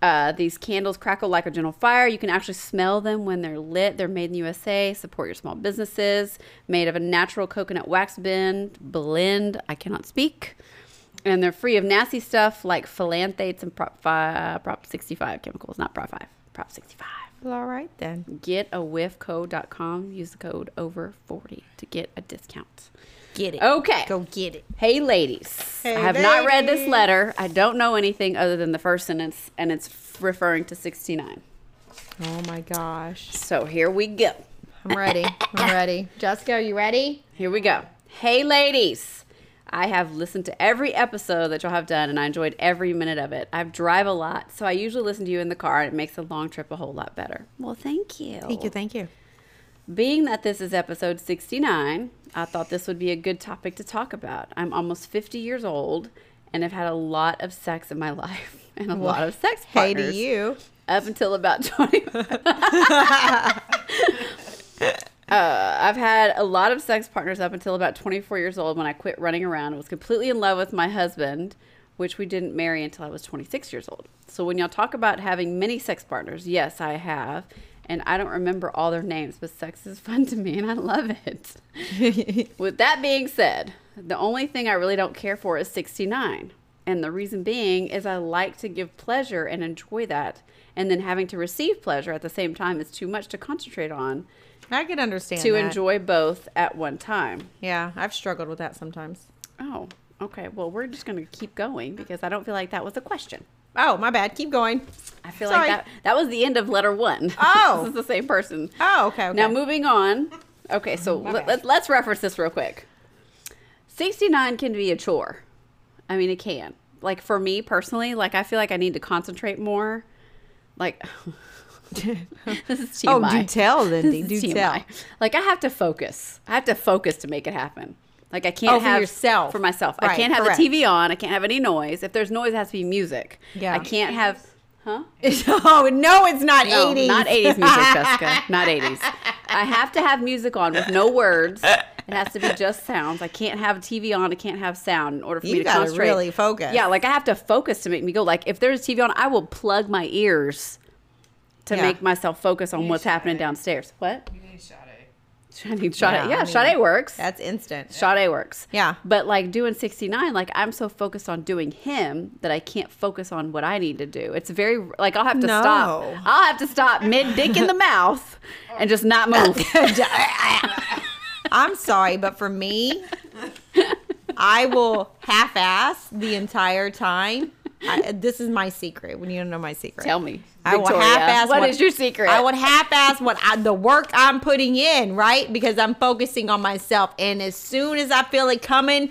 S2: Uh, these candles crackle like a gentle fire. You can actually smell them when they're lit. They're made in the USA. Support your small businesses. Made of a natural coconut wax blend. Blend. I cannot speak. And they're free of nasty stuff like phthalates and Prop Five, Prop 65 chemicals, not Prop 5, Prop 65.
S1: Well, all right then.
S2: GetAWhiffCo.com. Use the code over 40 to get a discount.
S1: Get it.
S2: Okay.
S1: Go get it.
S2: Hey, ladies.
S1: Hey,
S2: I have not read this
S1: ladies.
S2: letter. I don't know anything other than the first sentence, and it's referring to 69.
S1: Oh my gosh.
S2: So here we go.
S1: I'm ready. I'm *laughs* ready. Jessica, are you ready?
S2: Here we go. Hey, ladies. I have listened to every episode that y'all have done, and I enjoyed every minute of it. I drive a lot, so I usually listen to you in the car, and it makes a long trip a whole lot better. Well, thank you.
S1: Thank you. Thank you.
S2: Being that this is episode 69, I thought this would be a good topic to talk about. I'm almost 50 years old and have had a lot of sex in my *laughs* life and a lot of sex
S1: Hey
S2: partners
S1: to you.
S2: up until about *laughs* 20. uh, Uh, I've had a lot of sex partners up until about 24 years old when I quit running around and was completely in love with my husband, which we didn't marry until I was 26 years old. So when y'all talk about having many sex partners, yes, I have. And I don't remember all their names, but sex is fun to me and I love it. With that being said, the only thing I really don't care for is 69. And the reason being is I like to give pleasure and enjoy that. And then having to receive pleasure at the same time is too much to concentrate on
S1: I could understand
S2: to
S1: that.
S2: enjoy both at one time.
S1: Yeah, I've struggled with that sometimes.
S2: Oh, okay. Well, we're just going to keep going because I don't feel like that was a question.
S1: Oh, my bad. Keep going.
S2: I feel
S1: Sorry.
S2: like that, *laughs* that was the end of letter one. *laughs*
S1: Oh.
S2: this is the same person.
S1: Oh, okay. okay.
S2: Now moving on. Okay, so let,
S1: bad.
S2: let's let's reference this real quick. Sixty nine can be a chore. I mean, it can. Like for me personally, like I feel like I need to concentrate more. Like *laughs* this is
S1: *laughs*
S2: TMI.
S1: oh, do tell, Lindy.
S2: This is
S1: Do tell.
S2: TMI. Like I have to focus. I have to focus to make it happen. Like I can't
S1: Oh, for
S2: have
S1: yourself.
S2: for myself. I
S1: Right,
S2: can't have
S1: correct.
S2: the TV on. I can't have any noise. If there's noise, it has to be music.
S1: Yeah.
S2: I can't have. Huh?
S1: *laughs* oh no, it's not
S2: No,
S1: eighties.
S2: not 80s music, Jessica. Not 80s. I have to have music on with no words. It has to be just sounds. I can't have TV on. I can't have sound in order for
S1: You
S2: me to
S1: gotta
S2: concentrate.
S1: really focus.
S2: Yeah, like I have to focus to make me go. Like if there's TV on, I will plug my ears to
S1: Yeah.
S2: make myself focus on what's happening downstairs. What? *laughs*
S3: You need Sade.
S2: I need shot.
S1: Yeah,
S2: Yeah,
S1: I
S2: yeah
S1: mean,
S2: Sade
S1: *laughs*
S2: works.
S1: That's instant. *laughs*
S2: Sade works.
S1: Yeah.
S2: But like doing 69, like I'm so focused on doing him that I can't focus on what I need to do. It's very, like I'll have to stop.
S1: No.
S2: I'll have to stop mid dick in the mouth and just not move.
S1: *laughs* I'm sorry, but for me, I will half-ass the entire time. I, this is my secret. When you don't know my secret,
S2: Tell me.
S1: I will
S2: *laughs* Victoria,
S1: half-ass.
S2: what is your secret?
S1: I would half-ass what I, the work I'm putting in, right? Because I'm focusing on myself, and as soon as I feel it coming,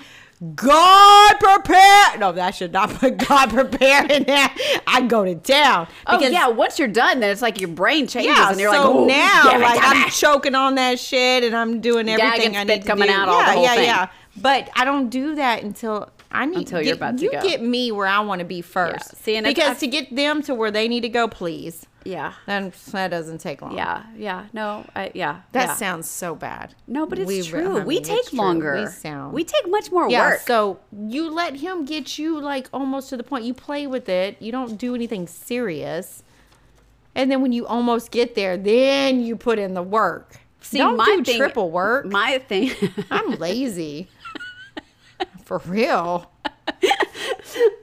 S1: God prepare. No, that should not put *laughs* God prepare in there. I go to town.
S2: Oh yeah, once you're done, then it's like your brain changes
S1: Yeah,
S2: and you're like,
S1: so
S2: "Ooh,
S1: now,
S2: yeah,
S1: like
S2: gotta-
S1: I'm choking on that shit, and I'm doing
S2: Gag and
S1: everything I
S2: spit
S1: need to
S2: coming
S1: do.
S2: out, all the
S1: yeah,
S2: whole
S1: yeah,
S2: thing.
S1: yeah. But I don't do that until I need
S2: Until
S1: get,
S2: you're about to
S1: you
S2: go.
S1: get me where I want to be first.
S2: Yeah. See, and if
S1: because
S2: I-
S1: to get them to where they need to go, please,
S2: yeah,
S1: then that doesn't take long.
S2: yeah, yeah. No, I, yeah.
S1: That
S2: yeah.
S1: sounds so bad.
S2: No, but it's
S1: We re-
S2: true.
S1: I
S2: we
S1: mean,
S2: take
S1: it's true.
S2: longer.
S1: We sound.
S2: We take much more
S1: yeah.
S2: work.
S1: So you let him get you like almost to the point. You play with it. You don't do anything serious. And then when you almost get there, then you put in the work.
S2: See,
S1: don't
S2: my
S1: do
S2: thing-
S1: triple work.
S2: my thing.
S1: *laughs* I'm
S2: *laughs*
S1: lazy. For real.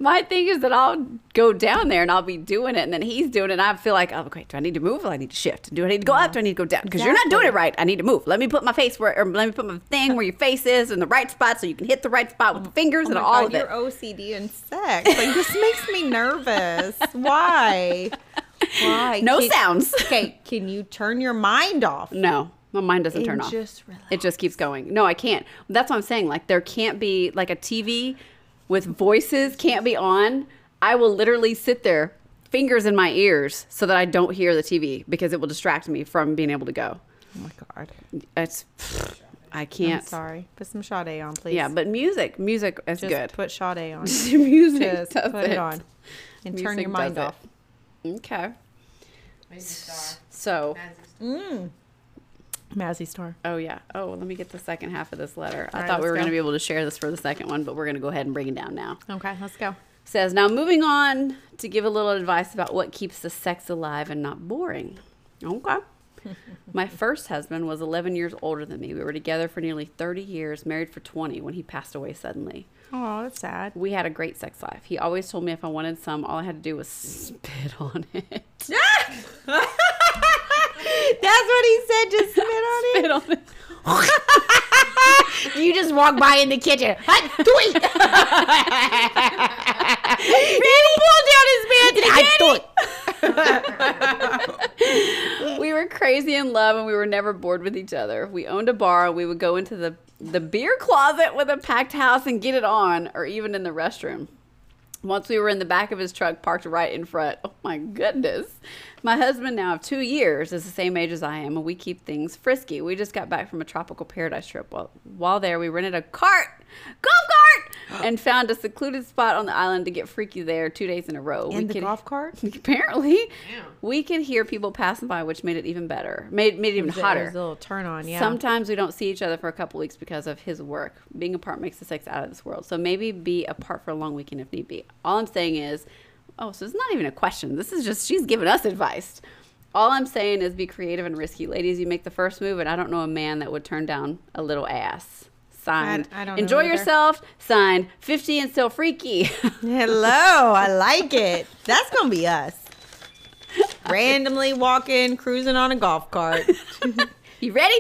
S2: My thing is that I'll go down there and I'll be doing it, and then he's doing it. And I feel like, oh, okay, do I need to move? Or I need to shift. Do I need to go up? Do I need to go down? Because you're not doing it right. I need to move. Let me put my face where, or let me put my thing where your face is in the right spot, so you can hit the right
S1: Oh,
S2: spot with the fingers and all of it.
S1: OCD and sex. Like this makes me nervous. Why? Why?
S2: *laughs* No
S1: Can-
S2: sounds.
S1: Okay, can you turn your mind off?
S2: No, my mind doesn't turn
S1: And
S2: off.
S1: just relax.
S2: It just keeps going. No, I can't. That's what I'm saying. Like there can't be like a TV with voices can't be on. I will literally sit there, fingers in my ears, so that I don't hear the TV because it will distract me from being able to go.
S1: Oh my god.
S2: It's I can't.
S1: I'm sorry. Put some Sade on, please.
S2: Yeah, but music, music is
S1: Just
S2: good.
S1: put Sade *laughs* on.
S2: *laughs* music
S1: Just
S2: does
S1: put it on. And turn
S2: Music
S1: your mind
S2: does it.
S1: off.
S2: Okay.
S3: Maybe Star.
S2: So,
S3: Magic Star.
S1: Mazzy Star.
S2: oh yeah. Oh, let me get the second half of this letter. I
S1: right,
S2: thought we
S1: let's
S2: were
S1: go.
S2: going to be able to share this for the second one, but we're going to go ahead and bring it down now.
S1: Okay, let's go.
S2: says now moving on to give a little advice about what keeps the sex alive and not boring okay
S1: *laughs*
S2: my first husband was 11 years older than me we were together for nearly 30 years married for 20 when he passed away suddenly
S1: Oh, that's *laughs* sad.
S2: we had a great sex life he always told me if i wanted some all i had to do was spit on it *laughs*
S1: That's what he said. Just spit on it.
S2: spit on it
S1: You just walk by in the kitchen. *laughs* Hot tweet. he pulled down his pants. I do it.
S2: we were crazy in love and we were never bored with each other. We owned a bar and we would go into the, the beer closet with a packed house and get it on, or even in the restroom. Once we were in the back of his truck, parked right in front. Oh my goodness. My husband, now of two years, is the same age as I am, and we keep things frisky. We just got back from a tropical paradise trip. While, while there, we rented a cart, golf
S1: *gasps*
S2: cart, and found a secluded spot on the island to get freaky there two days in a row.
S1: in the
S2: could-
S1: golf cart.
S2: *laughs* apparently
S3: Yeah.
S2: we could hear people passing by, which made it even better. Made made it even
S1: It
S2: hotter.
S1: was a little turn on, yeah.
S2: Sometimes we don't see each other for a couple weeks because of his work. Being apart makes the sex out of this world. So maybe be apart for a long weekend if need be. All I'm saying is, oh, so it's not even a question. This is just, she's giving us advice. All I'm saying is be creative and risky. Ladies, you make the first move, and I don't know a man that would turn down a little ass. Signed.
S1: I don't know
S2: Enjoy
S1: either.
S2: yourself. Signed. 50 and
S1: *laughs*
S2: still freaky.
S1: Hello, I like it. That's gonna be us. Randomly walking, cruising on a golf cart.
S2: *laughs* you ready?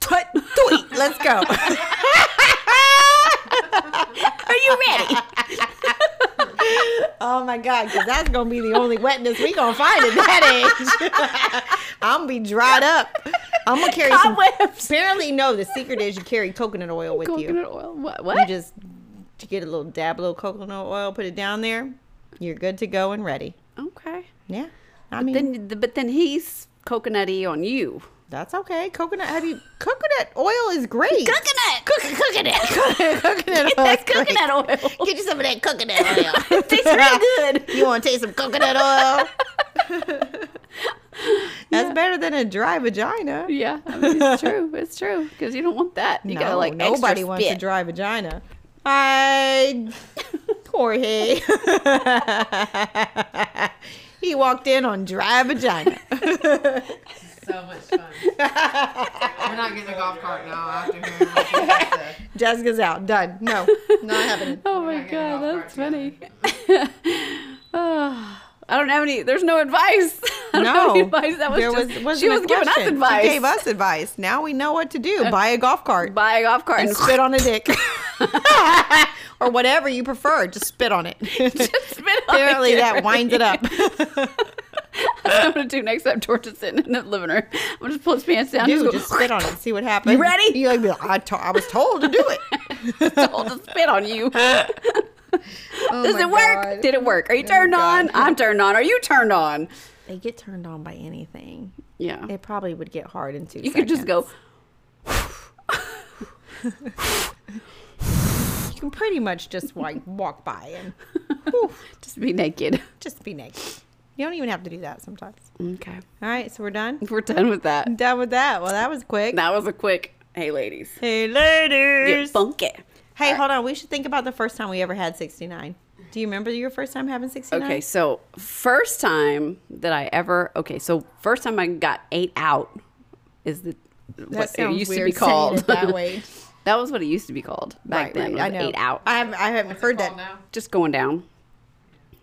S1: Tut, tweet, let's go.
S2: Are you ready?
S1: Oh my god, because that's gonna be the only wetness we gonna find at that age. I'm gonna be dried up. I'm *laughs* gonna carry some.
S2: Cobwebs.
S1: Apparently, no. The secret is you carry coconut oil with you.
S2: Coconut oil. What? what?
S1: You just you get a little dab, a little coconut oil, put it down there. You're good to go and ready.
S2: Okay.
S1: Yeah, I mean
S2: Then, but then he's coconutty on you.
S1: that's okay. Coconut, have you? Coconut oil is great.
S2: Coconut. Coconut.
S1: *laughs* coconut
S2: *laughs*
S1: oil.
S2: That's
S1: is great.
S2: coconut oil.
S1: *laughs* Get you some of that
S2: *laughs*
S1: coconut oil.
S2: Tastes really good.
S1: You want to taste some coconut oil?
S2: *laughs*
S1: That's better than a dry vagina.
S2: Yeah, I *laughs* mean, it's true. It's true because you don't want that. You gotta
S1: No,
S2: like extra
S1: nobody wants
S2: spit.
S1: a dry vagina. I Jorge. *laughs* he walked in on dry vagina. *laughs*
S3: So much
S2: *laughs*
S3: fun. We're not getting a golf cart now after hearing what you
S2: *laughs*
S3: just said.
S1: Jessica's out. Done. No, not happening.
S2: Oh my
S3: not getting
S2: god,
S3: off
S2: that's
S3: our
S2: funny. *laughs* oh, I don't have any. There's no advice. *laughs* I don't have
S1: No,
S2: any advice. That was
S1: there
S2: just,
S1: was wasn't
S2: she
S1: a
S2: was giving us
S1: question.
S2: advice. Uh,
S1: She gave us advice. Now we know what to do. Buy a golf cart.
S2: buy a golf cart
S1: and spit on a dick or whatever you prefer just spit on
S2: *laughs*
S1: it
S2: *laughs*
S1: *laughs*
S2: spit on
S1: apparently
S2: it. *laughs*
S1: that winds it up
S2: That's what *laughs* I'm gonna do next time George is sitting in the living room. I'm gonna just pull his pants down.
S1: dude
S2: and
S1: just
S2: just
S1: spit on it see what happens
S2: You ready?
S1: you like be like I, to- I was told to do
S2: *laughs*
S1: it *laughs*
S2: go, I'll just spit on you. *laughs* Does
S1: Oh my
S2: it work?
S1: God. Oh
S2: Did it work? Are you turned on? I'm turned on. Are you turned on?
S1: they get turned on by anything
S2: Yeah.
S1: it probably would get hard in two
S2: you could just go.
S1: you can pretty much just
S2: *laughs*
S1: like walk by and
S2: Just be naked.
S1: just be naked you don't even have to do that sometimes
S2: Okay.
S1: all right so we're done
S2: *laughs* We're done with that.
S1: done with that well that was quick
S2: That was a quick. Hey, ladies.
S1: hey
S2: Get
S1: ladies
S2: funky.
S1: hey hold on we should think about the first time we ever had 69 do you remember your first time having 69
S2: Okay, so first time that I ever okay, so first time I got eight out is the what it
S1: sounds
S2: used to
S1: weird
S2: be
S1: saying
S2: called
S1: it
S2: *laughs*
S1: that way.
S2: That was what it used to be called back then. was Eight out.
S1: I haven't, I haven't
S3: What's it
S1: heard that
S3: called now?
S2: just going down.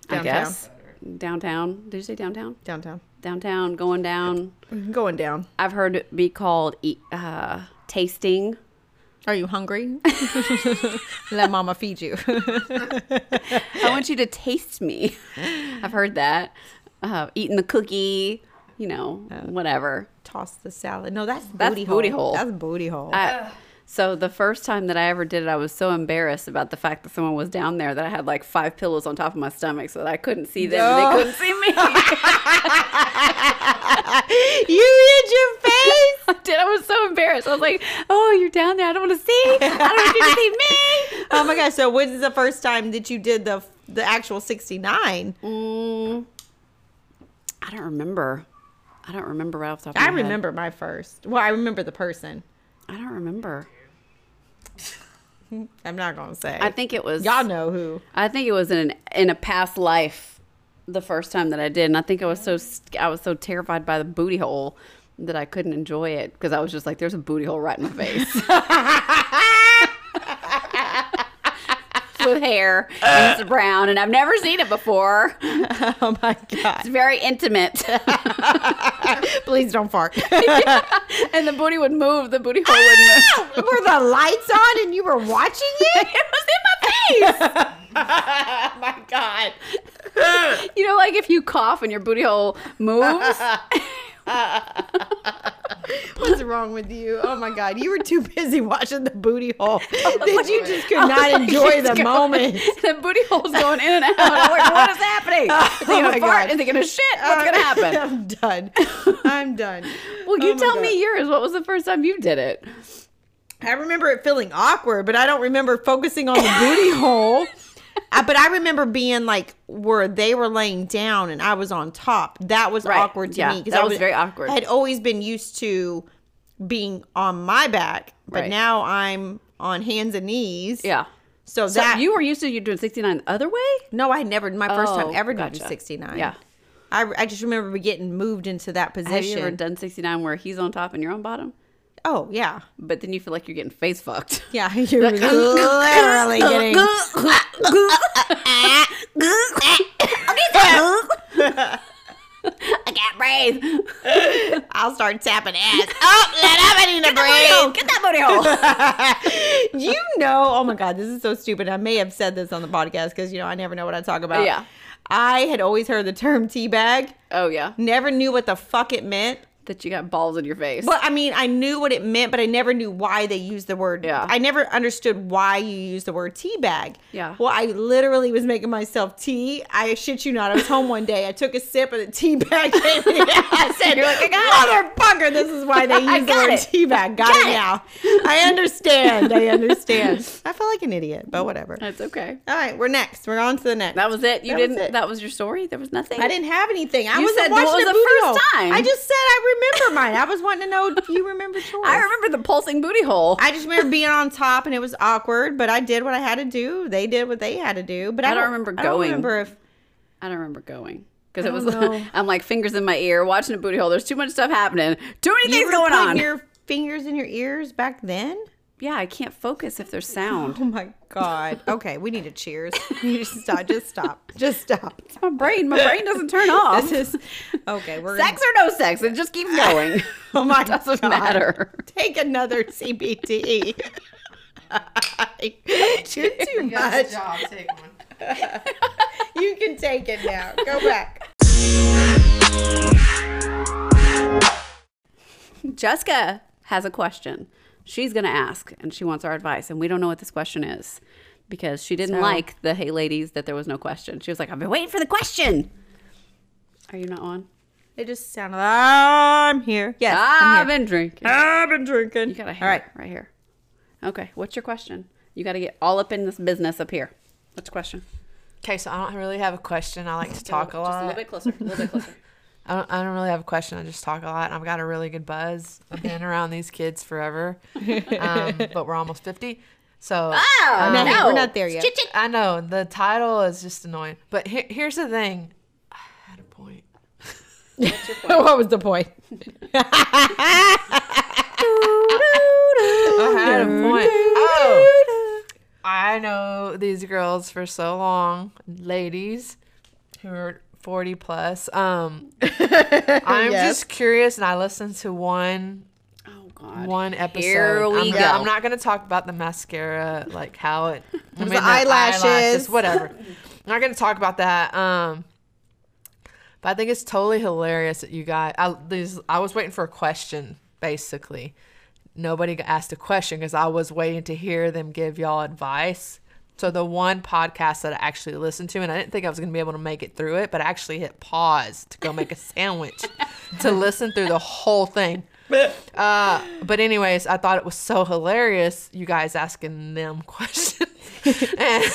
S2: I
S1: Downtown.
S2: guess downtown. Did you say downtown?
S1: downtown. Mm,
S2: Downtown, going down.
S1: Going down.
S2: I've heard it be called e- uh, tasting.
S1: Are you hungry? *laughs* Let mama feed you. *laughs*
S2: I want you to taste me. I've heard that. Uh, eating the cookie, you know,
S1: Oh.
S2: whatever.
S1: Toss the salad. No, that's
S2: That's
S1: booty,
S2: booty hole.
S1: hole. That's booty hole.
S2: I, *laughs* so the first time that I ever did it, I was so embarrassed about the fact that someone was down there that I had like five pillows on top of my stomach so that I couldn't see them and
S1: No.
S2: they couldn't see
S1: *laughs*
S2: me.
S1: you hid your face.
S2: *laughs* I did. I was so embarrassed. I was like, "Oh, you're down there. I don't want to see. I don't want you to *laughs* see me."
S1: *laughs* oh my gosh. So when's the first time that you did the the actual 69?
S2: Mm, I don't remember. I don't remember right off the top. Of my
S1: I
S2: head.
S1: remember my first. Well, I remember the person.
S2: I don't remember.
S1: I'm not going to say.
S2: I think it was.
S1: Y'all know who.
S2: I think it was in an, in a past life, the first time that I did, and I think I was so sc- I was so terrified by the booty hole that I couldn't enjoy it because I was just like, "There's a booty hole right in my
S1: *laughs*
S2: face." *laughs* With hair, and it's brown, and I've never seen it before. It's
S1: *laughs* Oh my God.
S2: very intimate,
S1: Please don't *laughs* fart.
S2: and the booty would move. The booty hole would move.
S1: were the lights on and you were watching it?
S2: *laughs* it was in my face.
S1: Oh my God.
S2: *laughs* You know, like if you cough and your booty hole moves.
S1: *laughs* What's wrong with you? Oh my God. You were too busy watching the booty *laughs* hole that you just could
S2: I was
S1: not
S2: like,
S1: enjoy
S2: it's
S1: the
S2: going-
S1: moment.
S2: The booty hole's going in and out. I'm like, what is happening? Is he
S1: Oh
S2: gonna
S1: my
S2: fart?
S1: God. Oh
S2: Is he gonna shit? What's gonna
S1: *laughs*
S2: happen?
S1: I'm done. I'm done.
S2: Well, you
S1: Oh my
S2: tell
S1: God.
S2: me yours. What was the first time you did it?
S1: I remember it feeling awkward, but I don't remember focusing on the booty
S2: *laughs*
S1: hole. I, but I remember being like where they were laying down and I was on top. That was
S2: Right.
S1: awkward to
S2: Yeah,
S1: me
S2: that
S1: I
S2: was very awkward.
S1: I had always been used to being on my back, but
S2: Right.
S1: now I'm on hands and knees.
S2: Yeah.
S1: So,
S2: So
S1: that
S2: you were used to you doing 69 the other way?
S1: no, I never my first
S2: Oh,
S1: time ever
S2: gotcha.
S1: doing 69.
S2: Yeah.
S1: I, I just remember getting moved into that position.
S2: Have you ever done 69 where he's on top and you're on bottom?
S1: oh yeah,
S2: But then you feel like you're getting face fucked.
S1: yeah. *laughs*
S2: *laughs*
S1: You're literally getting.
S2: I can't breathe.
S1: I'll start tapping ass. Oh, let up! I need to breathe.
S2: Get that booty hole.
S1: you know, oh my God, this is so stupid. I may have said this on the podcast because, you know, I never know what I talk about.
S2: Yeah.
S1: I had always heard the term teabag,
S2: oh, yeah.
S1: never knew what the fuck it meant.
S2: That you got balls in your face.
S1: But I mean, I knew what it meant, but I never knew why they used the word.
S2: Yeah.
S1: I never understood why you use the word teabag.
S2: Yeah.
S1: Well, I literally was making myself tea. I shit you not. I was home one day. I took a sip of the tea
S2: *laughs*
S1: bag. and *laughs* I said,
S2: You're like, "I got
S1: motherfucker, this is why they
S2: *laughs* I
S1: use the
S2: got
S1: word
S2: it.
S1: tea bag. Got,
S2: Got
S1: it
S2: it."
S1: now. I understand.
S2: *laughs*
S1: I understand. I felt like an idiot, but whatever.
S2: That's okay.
S1: All right, we're next. We're on to the next.
S2: That was it. You
S1: That was
S2: didn't.
S1: it.
S2: That was your story. There was nothing.
S1: I didn't have anything. I
S2: You
S1: wasn't
S2: said what
S1: watching
S2: was
S1: a
S2: the
S1: booty
S2: first
S1: hole.
S2: time?
S1: I just said I remember mine. I was wanting to know if you
S2: *laughs*
S1: remember yours.
S2: I remember the pulsing booty hole. I,
S1: I just remember being on top and it was awkward, but I did what I had to do. They did what they had to do. But I,
S2: don't remember
S1: I don't
S2: going.
S1: remember if
S2: don't remember going because it
S1: I
S2: was. *laughs*
S1: don't know.
S2: I'm like fingers in my ear, watching a booty hole. There's too much stuff happening. Too many
S1: you
S2: things
S1: were
S2: going
S1: putting
S2: on.
S1: your fingers in your ears back then.
S2: yeah, I can't focus if there's
S1: Oh
S2: sound.
S1: my god. Okay, we need to cheers. *laughs* We need to stop. Just stop. Just stop.
S2: *laughs* It's my brain. My brain doesn't *laughs* turn off.
S1: This is okay. We're
S2: sex or no sex, it just *laughs* keeps going.
S1: Oh my
S2: Doesn't
S1: god.
S2: matter.
S1: *laughs* Take another *laughs* CBT.
S2: *laughs*
S1: You're too
S3: You got a
S1: much.
S3: job. Take one.
S1: You can take it now. Go back.
S2: Jessica has a question. She's going to ask and she wants our advice. And we don't know what this question is because she didn't
S1: So-
S2: like the Hey Ladies that there was no question. She was like, I've been waiting for the question. Are you not on?
S1: It just sounded. I'm here. Yes,
S2: Ah,
S1: I'm
S2: I've
S1: here.
S2: been drinking.
S1: I've been drinking.
S2: You got a hair
S1: All right.
S2: right here. Okay. What's your question? You got to get all up in this business up here. What's your question?
S3: Okay, so I don't really have a question. I like to talk a
S2: Just a
S3: lot.
S2: little bit closer. A little bit closer.
S3: I don't, I don't really have a question. I just talk a lot. and I've got a really good buzz. I've been around these
S2: *laughs*
S3: kids forever, um, but we're almost 50. So um,
S2: Oh,
S1: We're not-
S2: no.
S1: we're not there yet.
S2: Chit, chit.
S3: I know the title is just annoying. But here, here's the thing I had a point.
S1: *laughs* what was the point?
S3: I had a point. Oh, I know these girls for so long, ladies who are 40 plus. Um, I'm
S1: Yes.
S3: just curious, and I listened to one
S2: *laughs* Oh, God.
S3: one episode.
S2: Here we
S3: I'm,
S2: go.
S3: I'm not gonna talk about the mascara, like
S2: *laughs*
S3: how it, I mean,
S1: eyelashes.
S3: whatever. I'm not gonna talk about that. Um, but I think it's totally hilarious that you guys. I these. I was waiting for a question, basically. Nobody got asked a question because I was waiting to hear them give y'all advice. So the one podcast that I actually listened to, and I didn't think I was gonna be able to make it through it, but I actually hit pause to go
S2: *laughs*
S3: make a sandwich to listen through the whole thing. Uh, but anyways, I thought it was so hilarious you guys asking them *laughs* questions, and,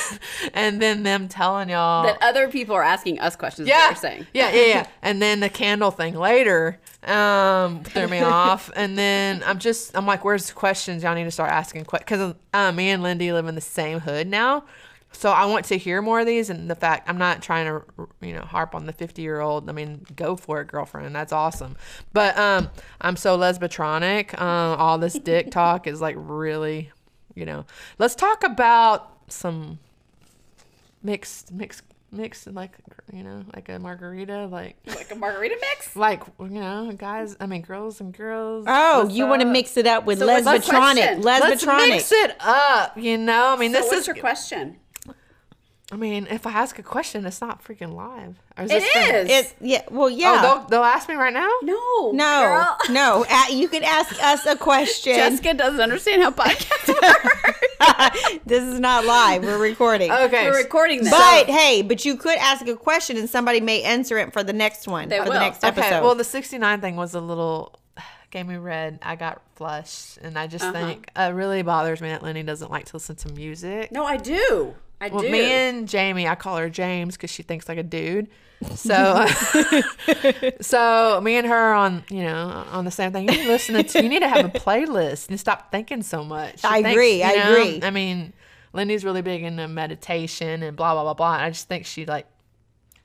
S3: and then them telling y'all
S2: That other people are asking us questions. Yeah.
S3: yeah,
S2: That
S1: *laughs*
S2: you're saying.
S3: yeah, yeah,
S2: *laughs*
S3: yeah. And then the candle thing later um,
S2: *laughs*
S3: threw me off. And then I'm just, I'm like, where's the questions? Y'all need to start asking because uh, me and Lindy live in the same hood now. So I want to hear more of these, and the fact I'm not trying to, you know, harp on the 50 year old. I mean, go for it, girlfriend. That's awesome. But um, I'm so lesbotronic. Um, all this dick talk is like really, you know. Let's talk about some mixed mixed mixed like you know like a margarita like
S2: Like a margarita mix?
S3: like you know guys i mean girls and girls
S2: Ah,
S1: Oh,
S3: what's
S1: you want to
S3: up?
S1: mix it up with
S2: So what's the
S1: lesbotronic.
S2: question?
S3: let's mix
S1: Lesbotronic.
S3: it up you know i mean
S2: So
S3: this
S2: what's
S3: is
S2: your question?
S3: i mean if i ask a question it's not freaking live or is
S2: It
S3: this the-
S2: is.
S1: It, yeah. Well,
S3: oh
S1: yeah.
S3: they'll, they'll ask me right now
S2: no.
S1: no,
S2: girl.
S1: no. Uh, you could ask us a question.
S2: Jessica doesn't understand how podcasts work.
S1: *laughs* this is not live. We're recording.
S3: okay
S2: We're recording this.
S1: But hey, but you could ask a question and somebody may answer it for the next one
S2: They
S1: or
S2: will.
S1: the next
S2: Okay,
S1: episode.
S3: okay well the 69 thing was a little *sighs* gave me red. I got flushed, and I
S2: Uh-huh.
S3: just think it really bothers me that Lenny doesn't like to listen to music.
S2: No, I do. I
S3: Well,
S2: do.
S3: me and Jamie, I call her James because she thinks like a dude. So, uh, *laughs* so me and her are on you know on the same thing. You need to listen to. You need to have a playlist and stop thinking so much. She
S1: I
S3: thinks,
S1: agree,
S3: you
S1: I
S3: know,
S1: agree.
S3: I mean, Lindy's really big into meditation and blah blah blah blah. And I just think she like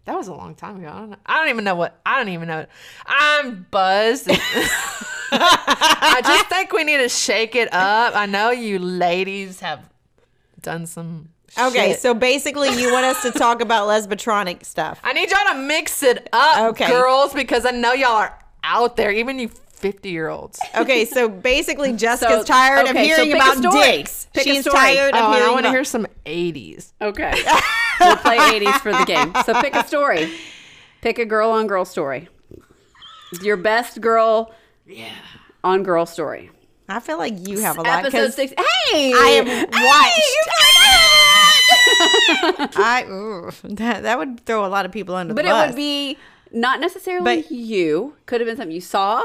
S3: that was a long time ago. I don't, know. I don't even know what. I don't even know. I'm buzzed. *laughs* I just think we need to shake it up. I know you ladies have done some.
S1: Okay,
S3: shit.
S1: so basically, you want us to talk about lesbotronic stuff.
S3: I need y'all to mix it up,
S1: Okay.
S3: girls, because I know y'all are out there, even you 50 year olds.
S1: Okay, so
S2: *laughs*
S1: basically, Jessica's
S2: So-
S1: tired
S2: okay, so
S1: of hearing
S2: pick a
S1: about
S2: story.
S1: dicks.
S2: Pick a
S1: She's
S2: story.
S1: tired of
S3: Oh, and
S1: hearing.
S3: I want to
S1: about-
S3: hear some 80s.
S1: *laughs*
S2: okay. we'll play 80s for the game. So pick a story. Pick a girl on girl story. Your best girl on girl story.
S1: I feel like you have a lot
S2: Episode
S1: because
S2: six. Hey!
S1: I have watched. *laughs* I ooh, that that would throw a lot of people under
S2: But
S1: the
S2: it
S1: bus.
S2: would be not necessarily
S1: But-
S2: you. Could have been something you saw.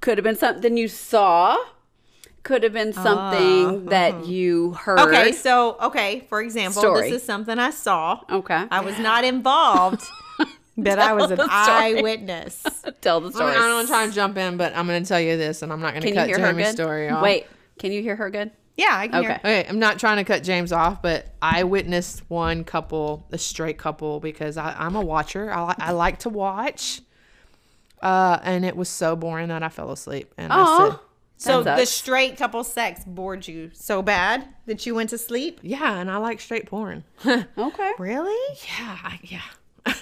S2: Could have been something you saw. Could have been something that you heard.
S1: Ah. Okay, so okay, for example,
S2: Story.
S1: this is something I saw.
S2: Okay.
S1: I was not involved, but I was an
S2: the story.
S1: eyewitness.
S2: Tell the
S3: I,
S2: story.
S3: mean, I don't want to try and jump in, but I'm going to tell you this, and I'm not going to
S2: Can you
S3: cut
S2: hear her
S3: Jamie's
S2: good?
S3: story off.
S2: Wait. Can you hear her good?
S1: Yeah, I can hear.
S2: Okay.
S3: Okay, I'm not trying to cut James off, but I witnessed one couple, a straight couple, because I, I'm a watcher. I, li- I like to watch. Uh, and it was so boring that I fell asleep. And I
S2: Oh.
S3: said,
S1: So
S2: That
S1: the
S2: sucks.
S1: straight couple sex bored you so bad that you went to sleep?
S3: Yeah, and I like straight porn. *laughs*
S2: Okay.
S1: Really?
S3: Yeah, I- yeah. *laughs*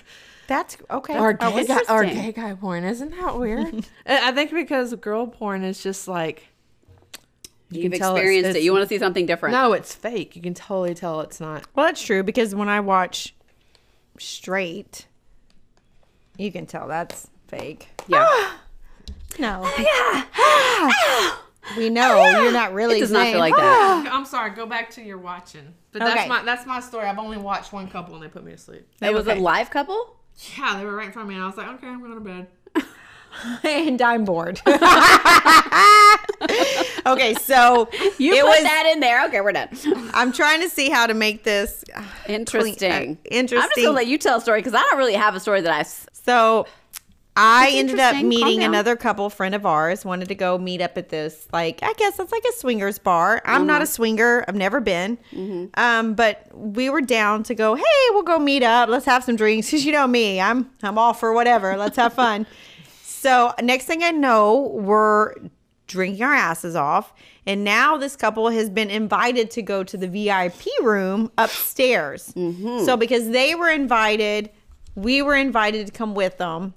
S1: That's okay.
S3: Or gay,
S1: Oh,
S3: guy, or
S2: interesting.
S3: gay guy porn. Isn't that weird? *laughs* I I think because girl porn is just like
S2: You
S3: can
S2: have
S3: tell it's-
S2: experienced it.
S3: it's-
S2: You want to see something different.
S3: no, it's fake. You can totally tell it's not.
S1: well, that's true because when I watch straight, you can tell that's fake.
S2: Yeah. Ah,
S1: No. Ah. we know you're not really.
S2: It does not
S1: saying,
S2: feel like that.
S3: I'm sorry. Go back to your watching. But
S1: that's Okay. my-
S3: that's my story. I've only watched one couple and they put me to sleep.
S2: It was
S1: Okay.
S2: a live couple?
S3: Yeah, they were right in front of me, and I was like, okay, I'm going to bed.
S1: and I'm
S2: *laughs*
S1: bored. *laughs* okay, so
S2: You
S1: it
S2: put
S1: was.
S2: that in there. Okay, we're *laughs* done.
S1: I'm trying to see how to make this.
S2: Interesting. I'm just
S1: interesting.
S2: gonna let you tell a story because I don't really have a story that I. s-
S1: So I
S2: That's
S1: ended up
S2: interesting. Calm
S1: meeting
S2: down.
S1: another couple friend of ours, wanted to go meet up at this, like, I guess it's like a swingers bar. I'm
S2: Mm-hmm.
S1: not a swinger, I've never been. Um, but we were down to go, hey, we'll go meet up, let's have some drinks. *laughs* Cause you know me, I'm I'm all for whatever. Let's have fun. so next thing I know, we're drinking our asses off. And now this couple has been invited to go to the VIP room upstairs. So because they were invited, we were invited to come with them.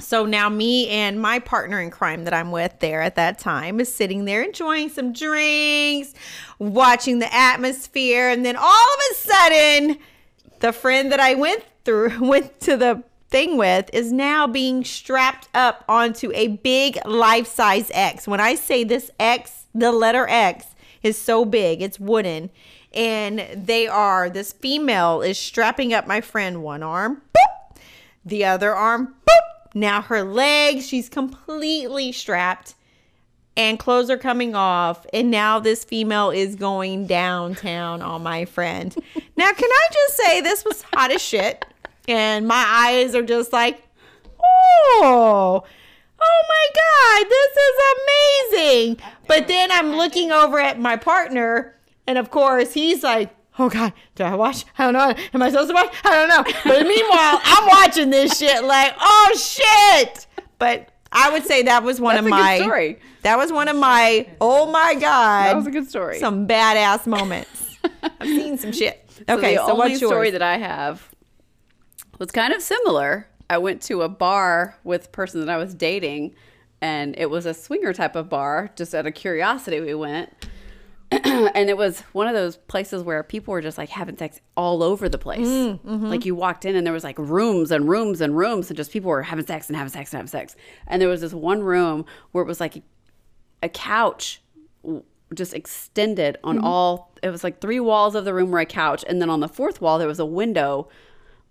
S1: So now me and my partner in crime that I'm with there at that time is sitting there enjoying some drinks, watching the atmosphere, and then all of a sudden, the friend that I went through *laughs* went to the thing with is now being strapped up onto a big life-size X. When I say this X, the letter X is so big, it's wooden. And they are this female is strapping up my friend one arm. Boop! the other arm, boop. Now her leg, she's completely strapped and clothes are coming off. And now this female is going downtown on my friend. now, can I just say this was hot as shit? And my eyes are just like, oh, oh my God, this is amazing. But then I'm looking over at my partner, and of course, he's like, Oh God, do I watch? I don't know. Am I supposed to watch? I don't know. But meanwhile, I'm watching this shit like, oh shit. But I would say that was one
S2: That's
S1: of
S2: a good
S1: my
S2: story.
S1: that was one of my oh my god.
S2: That was a good story.
S1: Some badass
S2: *laughs*
S1: moments. I've seen some shit. Okay,
S2: the
S1: so,
S2: only
S1: what's yours?
S2: story that I have was kind of similar. I went to a bar with a person that I was dating, and it was a swinger type of bar. Just out of curiosity, we went, *clears throat* and it was one of those places where people were just like having sex all over the place.
S1: Mm, mm-hmm.
S2: Like you walked in, and there was like rooms and rooms and rooms, and just people were having sex and having sex and having sex. And there was this one room where it was like a couch w- just extended on all it was like three walls of the room were a couch and then on the fourth wall there was a window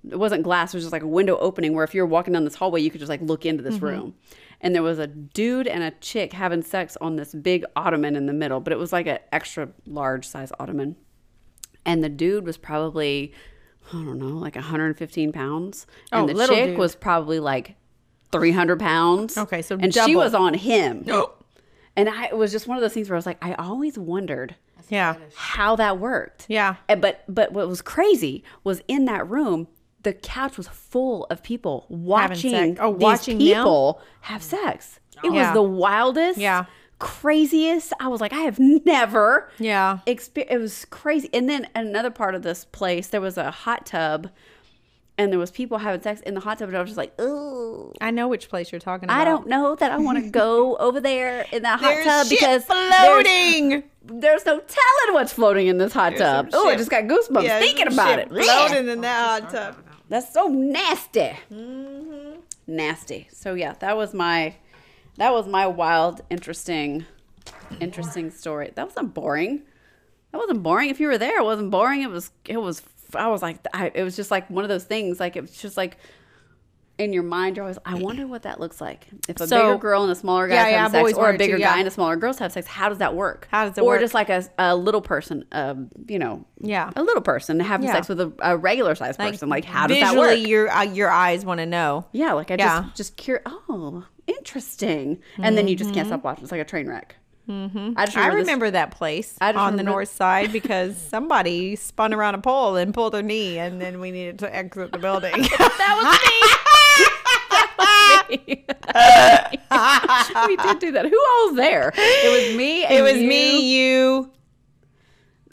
S2: it wasn't glass. It was just like a window opening where if you were walking down this hallway, you could just like look into this room. And there was a dude and a chick having sex on this big ottoman in the middle, but it was like an extra large size ottoman. And the dude was probably, I don't know, like 115 pounds. And
S1: Oh,
S2: the
S1: little
S2: chick
S1: dude.
S2: was probably like 300 pounds.
S1: Okay, so
S2: And she
S1: double. Oh.
S2: was
S1: *gasps*
S2: on him.
S3: No.
S2: And I, it was just one of those things where I was like, I always wondered
S1: Yeah.
S2: how that worked.
S1: Yeah.
S2: And- But but what was crazy was in that room, the couch was full of people watching
S1: sex. Oh,
S2: these
S1: watching them?
S2: people have sex. It
S1: Yeah.
S2: was the wildest,
S1: Yeah.
S2: craziest. I was like, I have never
S1: Yeah.
S2: exper- it was crazy. And then another part of this place, there was a hot tub and there was people having sex in the hot tub and I was just like, "Ooh,
S1: I know which place you're talking about.
S2: I don't know that I want to
S1: *laughs*
S2: go over there in that hot
S1: Uh-huh. There's
S2: tub
S1: shit
S2: because there's
S1: floating.
S2: there's no telling what's floating in this hot tub.
S1: some
S2: Oh, I
S1: shit-
S2: just got goosebumps
S1: Yeah,
S2: thinking
S1: some shit
S2: about it.
S1: Floating in that hot tub.
S2: That's so nasty.
S1: Mm-hmm.
S2: Nasty. So yeah, that was my that was my wild, interesting, interesting story. That wasn't boring. That wasn't boring. If you were there, it wasn't boring. It was. It was. I was like. I, it was just like one of those things. Like it was just like. In your mind, you're always. I wonder what that looks like. If a
S1: So-
S2: bigger girl and a smaller guy
S1: Yeah,
S2: have
S1: yeah, I've
S2: sex,
S1: always
S2: or a
S1: wondered too,
S2: bigger
S1: yeah.
S2: guy and a smaller girls have sex, how does that work?
S1: How does it
S2: or
S1: work?
S2: just like a, a little person, um, you know,
S1: Yeah.
S2: a little person having
S1: Yeah.
S2: sex with a, a regular sized person. Like, how does that work?
S1: Visually, your uh, your eyes want to know.
S2: Yeah, like I
S1: Yeah.
S2: just just cure. Oh, interesting. And then you just can't stop watching. It's like a train wreck. Mm-hmm. I just
S1: I
S2: remember. this-
S1: remember that place
S2: I
S1: on
S2: just
S1: the
S2: remember-
S1: north side because somebody spun around a pole and pulled their knee, and then we needed to exit the
S2: *laughs*
S1: building.
S2: *laughs* we did do that. Who all was there? It was *laughs* me. And
S1: it was
S2: you.
S1: me, you.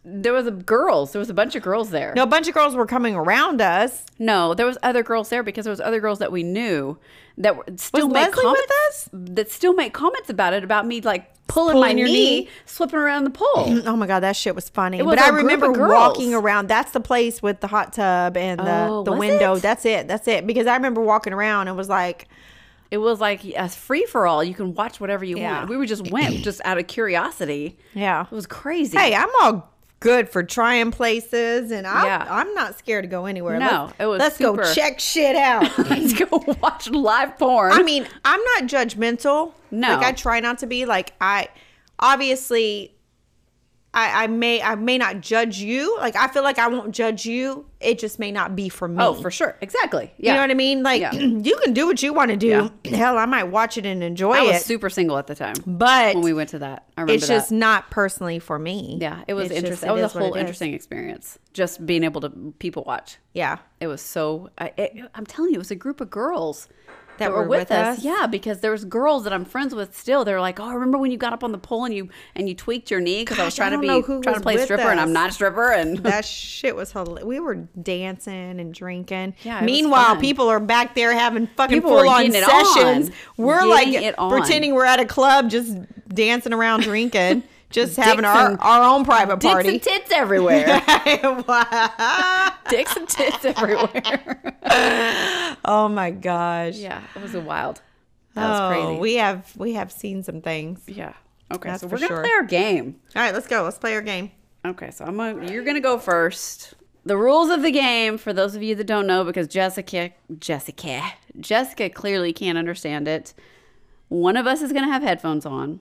S2: There was a girls. There was a bunch of girls there.
S1: No, a bunch of girls were coming around us.
S2: no, there was other girls there because there was other girls that we knew that were, still
S1: Was
S2: make
S1: Leslie
S2: comments
S1: with us?
S2: that still make comments about it about me like pulling,
S1: Pulling
S2: my
S1: your
S2: knee,
S1: knee?
S2: slipping around the pole. *clears throat*
S1: Oh my god, that shit was funny.
S2: was
S1: but I
S2: a group of
S1: remember
S2: girls.
S1: walking around. That's the place with the hot tub and the,
S2: Oh,
S1: the
S2: was
S1: window.
S2: it?
S1: That's it. That's it. Because I remember walking around and was like,
S2: It was like a free for all. You can watch whatever you
S1: Yeah.
S2: want. We were just went just out of curiosity.
S1: Yeah.
S2: it was crazy.
S1: "Hey, I'm all good for trying places, and I'm
S2: Yeah.
S1: I'm not scared to go anywhere.
S2: No,
S1: let's,
S2: it was
S1: let's go
S2: super-
S1: check shit out.
S2: *laughs* Let's go watch live porn.
S1: I mean, I'm not judgmental.
S2: No.
S1: like I try not to be. Like I, obviously, I, I may I may not judge you. Like I feel like I won't judge you. It just may not be for me.
S2: oh, for sure. Exactly. Yeah.
S1: You know what I mean? Like *clears throat*
S2: Yeah.
S1: you can do what you want to do. *clears throat* Hell, I might watch it and enjoy
S2: I was
S1: it,
S2: super single at the time.
S1: but
S2: when we went to that, I remember
S1: it's just
S2: that.
S1: not personally for me.
S2: Yeah, it was
S1: It's just- it
S2: interesting. that was
S1: is
S2: a
S1: what it
S2: whole
S1: is.
S2: interesting experience. Just being able to people watch. *laughs*
S1: Yeah,
S2: It was so. I, it, I'm telling you, it was a group of girls
S1: That were with us?
S2: Yeah, because there was girls that I'm friends with still. They're like, oh, I remember when you got up on the pole and you and you tweaked your knee because I was
S1: Gosh,
S2: trying
S1: I
S2: to
S1: don't
S2: be
S1: know who
S2: trying
S1: was
S2: to play
S1: with
S2: stripper and
S1: us.
S2: I'm not a stripper and
S1: that shit was hilarious. We were dancing and drinking.
S2: Yeah, it was
S1: Meanwhile,
S2: fun.
S1: people are back there having fucking
S2: People were
S1: full on
S2: getting it on.
S1: sessions. We're
S2: Getting
S1: like
S2: it on.
S1: pretending we're at a club, just dancing around,
S2: *laughs*
S1: drinking, just having our,
S2: and-
S1: our own private
S2: dicks
S1: party.
S2: and
S1: *laughs*
S2: tits everywhere.
S1: Wow.
S2: dicks and tits *laughs* everywhere.
S1: oh my gosh.
S2: yeah, it was wild. That was
S1: oh,
S2: crazy.
S1: We have we have seen some things.
S2: Yeah. Okay.
S1: That's
S2: so
S1: for
S2: we're gonna
S1: sure.
S2: play our game.
S1: All right, let's go. Let's play our game.
S2: Okay. So I'm gonna. You're gonna go first. The rules of the game for those of you that don't know, because Jessica, Jessica, Jessica clearly can't understand it. One of us is gonna have headphones on,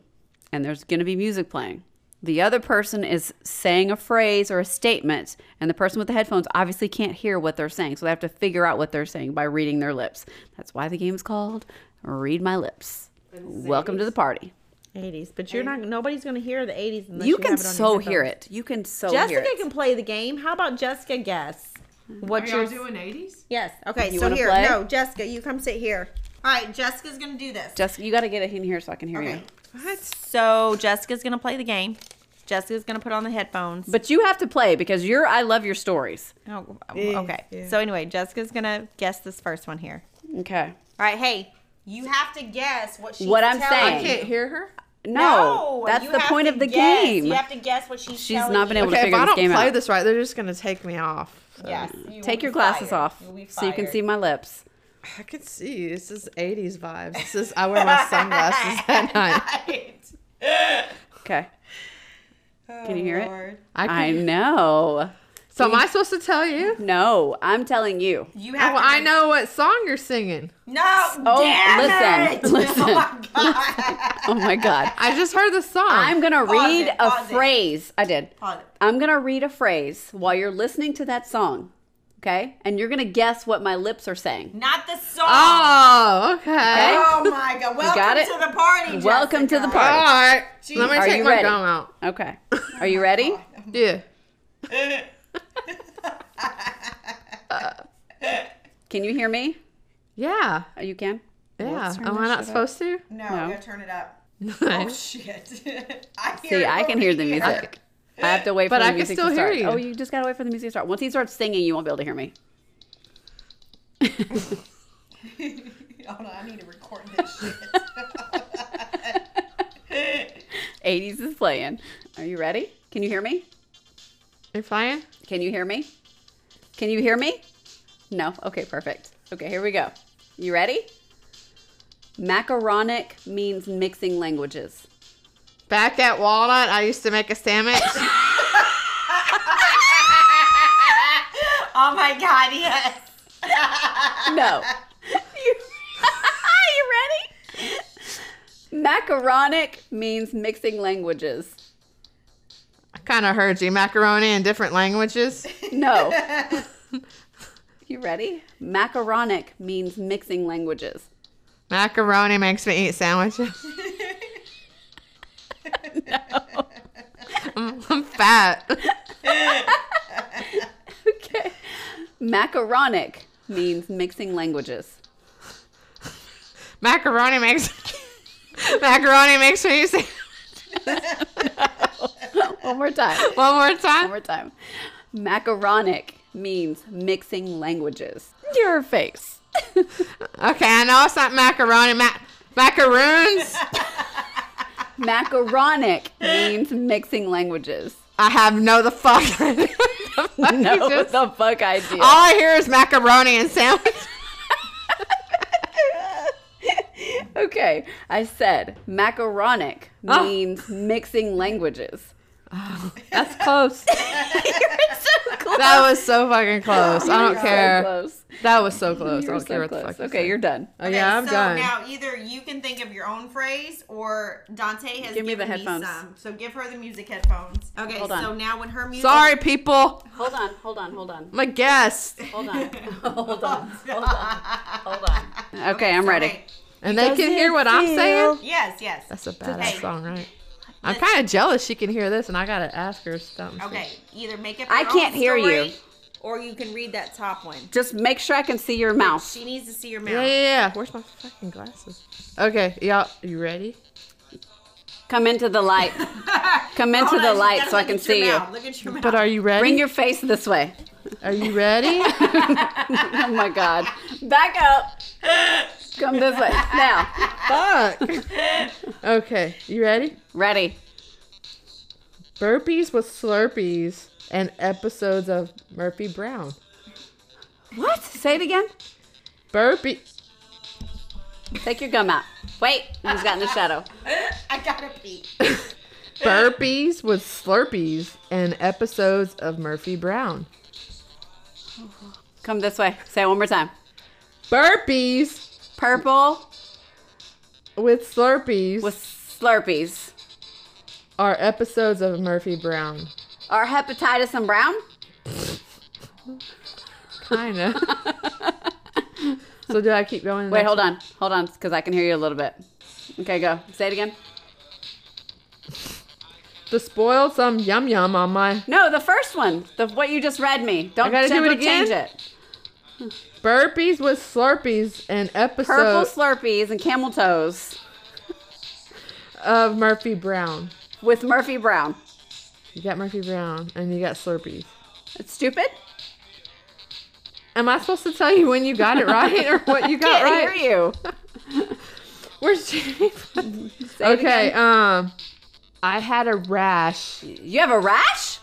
S2: and there's gonna be music playing. The other person is saying a phrase or a statement, and the person with the headphones obviously can't hear what they're saying, so they have to figure out what they're saying by reading their lips. That's why the game's called "Read My Lips." Welcome to the party.
S1: 80s, but you're not. Nobody's gonna hear the 80s unless
S2: you
S1: you,
S2: can
S1: have it on your
S2: so hear
S1: headphones.
S2: it. You can so hear
S1: Jessica
S2: it.
S1: can play the game. How about Jessica guess? What
S3: Are y'all
S1: you're
S3: doing 80s?
S1: Yes. Okay.
S2: You
S1: so
S2: wanna
S1: here,
S2: play?
S1: no, Jessica, you come sit here. All right, Jessica's gonna do this.
S2: Jessica, you got to get it in here so I can hear you.
S1: What? So Jessica's gonna play the game. Jessica's gonna put on the headphones.
S2: But you have to play because you're I love your stories.
S1: Oh, okay. So anyway, Jessica's gonna guess this first one here.
S2: Okay.
S1: All right. Hey, you have to guess what she's
S2: What I'm
S1: telling
S2: saying.
S1: you.
S2: Can't
S3: hear her.
S2: No, that's
S1: you
S2: the
S1: have
S2: point
S1: to
S2: of the
S1: guess.
S2: game.
S1: You have to guess what she's.
S2: She's
S1: telling
S2: not been
S1: you.
S2: able to
S3: Okay, if
S2: figure
S3: I
S2: this
S3: don't
S2: game
S3: play
S2: out.
S3: this right, they're just gonna take me off.
S1: Yes. you
S2: Take
S1: will
S2: your
S1: be
S2: glasses
S1: fired.
S2: off
S1: You'll be
S2: so you can
S1: fired.
S2: see my lips.
S3: I can see this is '80s vibes. This is I wear my sunglasses *laughs* at night.
S1: *laughs*
S2: Okay. Can you hear it?
S1: Lord.
S3: I can,
S2: I know.
S3: So am I supposed to tell you?
S2: No, I'm telling you.
S1: You
S3: Oh,
S1: have. to-
S3: I know what song you're singing.
S1: No.
S2: Oh,
S1: damn
S2: listen,
S1: it.
S2: *laughs* listen.
S1: Oh my god. *laughs*
S2: Oh my God.
S3: I just heard the song.
S2: I'm going to
S1: Pause
S2: read
S1: it,
S2: a
S1: pause it.
S2: phrase. I did.
S1: Pause it.
S2: I'm going to read a phrase while you're listening to that song. Okay? And you're going to guess what my lips are saying.
S1: Not the song.
S3: Oh, okay.
S1: Oh my god. Welcome
S2: got it?
S1: to the party.
S2: Welcome to the
S1: Jessica.
S3: All
S2: party.
S3: right. Let me
S2: Are
S3: take
S2: you
S3: my
S2: ready?
S3: gum out.
S2: Okay. Are you ready?
S3: Yeah.
S2: Can you hear me?
S3: Yeah.
S2: Oh, You can?
S3: Yeah. Oh,
S2: Let's turn
S3: Am I
S2: this
S3: not
S2: shit
S3: supposed to?
S1: No,
S2: No.
S1: we gotta turn it up. Oh
S3: Nice.
S1: shit. I hear
S2: *laughs* See,
S1: it
S2: I can
S1: over
S2: hear the
S1: here.
S2: music. I have to wait for
S3: But
S2: the
S3: I can
S2: music
S3: still
S2: to
S3: hear
S2: start.
S3: you.
S2: Oh, you just gotta wait for the music to start. Once he starts singing, you won't be able to hear me.
S1: Hold on, I need to record this shit.
S2: 80s is playing. Are you ready? Can you hear me?
S3: You're playing?
S2: Can you hear me? Can you hear me? No? Okay, perfect. Okay, here we go. You ready? Macaronic means mixing languages.
S3: Back at Walnut, I used to make a sandwich.
S1: oh my god, yes.
S2: No. you, *laughs* you ready? Macaronic means mixing languages.
S3: I kind of heard you. Macaroni in different languages.
S2: No. you ready? Macaronic means mixing languages.
S3: Macaroni makes me eat sandwiches. *laughs* I'm, I'm fat.
S2: Okay. Macaronic means mixing languages.
S3: Macaroni makes *laughs* macaroni makes me eat. sa-
S2: One more time.
S3: One more time.
S2: One more time. Macaronic means mixing languages. Your face.
S3: Okay, I know it's not macaroni. Ma- macaroons.
S2: Macaronic means mixing languages.
S3: I have no the fuck. *laughs* the fuck you
S2: No,
S3: just-
S2: the fuck idea.
S3: all I hear is macaroni and
S2: *laughs*
S3: sandwich.
S2: okay, I said macaronic
S3: Oh.
S2: means mixing languages.
S3: That's
S2: *laughs*
S3: close.
S2: so close.
S3: That was so fucking close. I don't
S2: So
S3: care.
S2: close.
S3: That was so close. I
S2: You were
S3: don't care
S2: so
S3: what the fuck.
S2: close.
S3: you
S2: Okay,
S3: said.
S2: you're done.
S3: Oh yeah, I'm
S1: so
S3: done.
S1: now either you can think of your own phrase or Dante has
S2: Give me the
S1: given me,
S2: headphones.
S1: some. So give her the music headphones. Okay,
S2: Hold on.
S1: so now when her music
S3: Sorry, people.
S2: Hold on, hold on, hold on, *laughs*
S3: I'm a guest,
S2: hold on, hold on, hold on, hold on. Okay, I'm
S1: So
S2: ready.
S1: wait.
S3: and they
S2: Does
S3: can hear
S2: it
S3: what I'm
S2: feel-
S3: saying.
S1: Yes, yes.
S3: That's a badass
S1: Hey.
S3: song, right? I'm kind of jealous she can hear this, and I gotta ask her something.
S1: Okay, either make up.
S2: I
S1: your
S2: can't
S1: own
S2: hear you.
S1: story, Or you can read that top one.
S2: Just make sure I can see your mouth.
S1: She needs to see your mouth.
S3: Yeah, yeah, yeah. Where's my fucking glasses? Okay, y'all, you ready?
S2: Come into the light. Come
S1: *laughs*
S2: into
S1: Hold
S2: the
S1: on, you
S2: light
S1: gotta
S2: so I
S1: look
S2: can
S1: at your
S2: see you.
S1: mouth. Look at your mouth.
S3: But are you ready?
S2: Bring your face this way. *laughs*
S3: are you ready?
S2: Oh my God. Back *laughs* up. Come this way. Now. *laughs*
S3: Fuck. Okay, you ready?
S2: Ready.
S3: Burpees with Slurpees and episodes of Murphy Brown.
S2: What? Say it again. *laughs*
S3: Burpee.
S2: Take your gum out. Wait. He's got in the shadow.
S1: I gotta pee.
S3: Burpees with Slurpees and episodes of Murphy Brown.
S2: Come this way. Say it one more time.
S3: Burpees
S2: Purple
S3: with
S2: *laughs*
S3: Slurpees
S2: with Slurpees.
S3: are episodes of Murphy Brown.
S2: Are hepatitis and brown?
S3: Kinda. so do I keep going?
S2: Wait, hold on. Hold on, because I can hear you a little bit. Okay, go. Say it again.
S3: To spoil some yum yum on my
S2: No, the first one. The what you just read me. Don't,
S3: I gotta
S2: ch-
S3: do it
S2: don't
S3: again?
S2: change it.
S3: burpees with Slurpees and
S2: Purple
S3: episodes
S2: Slurpees and camel toes
S3: *laughs* of Murphy Brown.
S2: with Murphy Brown.
S3: You got Murphy Brown and you got Slurpees.
S2: It's stupid.
S3: Am I supposed to tell you when you got it right or what you *laughs* got
S2: Can't
S3: right?
S2: hear you.
S3: *laughs* Where's
S2: *laughs*
S3: Jamie?
S2: Say it
S3: okay,
S2: again.
S3: um, I had a rash.
S2: You have a rash?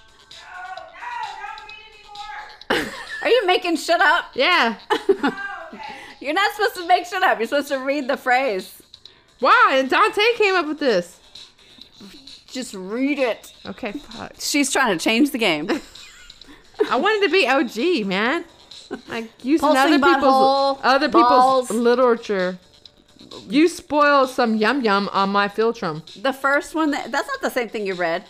S2: Are you making shit up?
S3: Yeah.
S2: *laughs* You're not supposed to make shit up. You're supposed to read the phrase.
S3: Wow, and Dante came up with this.
S2: Just read it.
S3: Okay, fuck.
S2: She's trying to change the game.
S4: I wanted to be OG, man. Like using
S2: Pulsing
S4: other people's
S2: butthole,
S4: other
S2: balls.
S4: people's literature. You spoiled some yum yum on my filtrum.
S2: The first one that, that's not the same thing you read.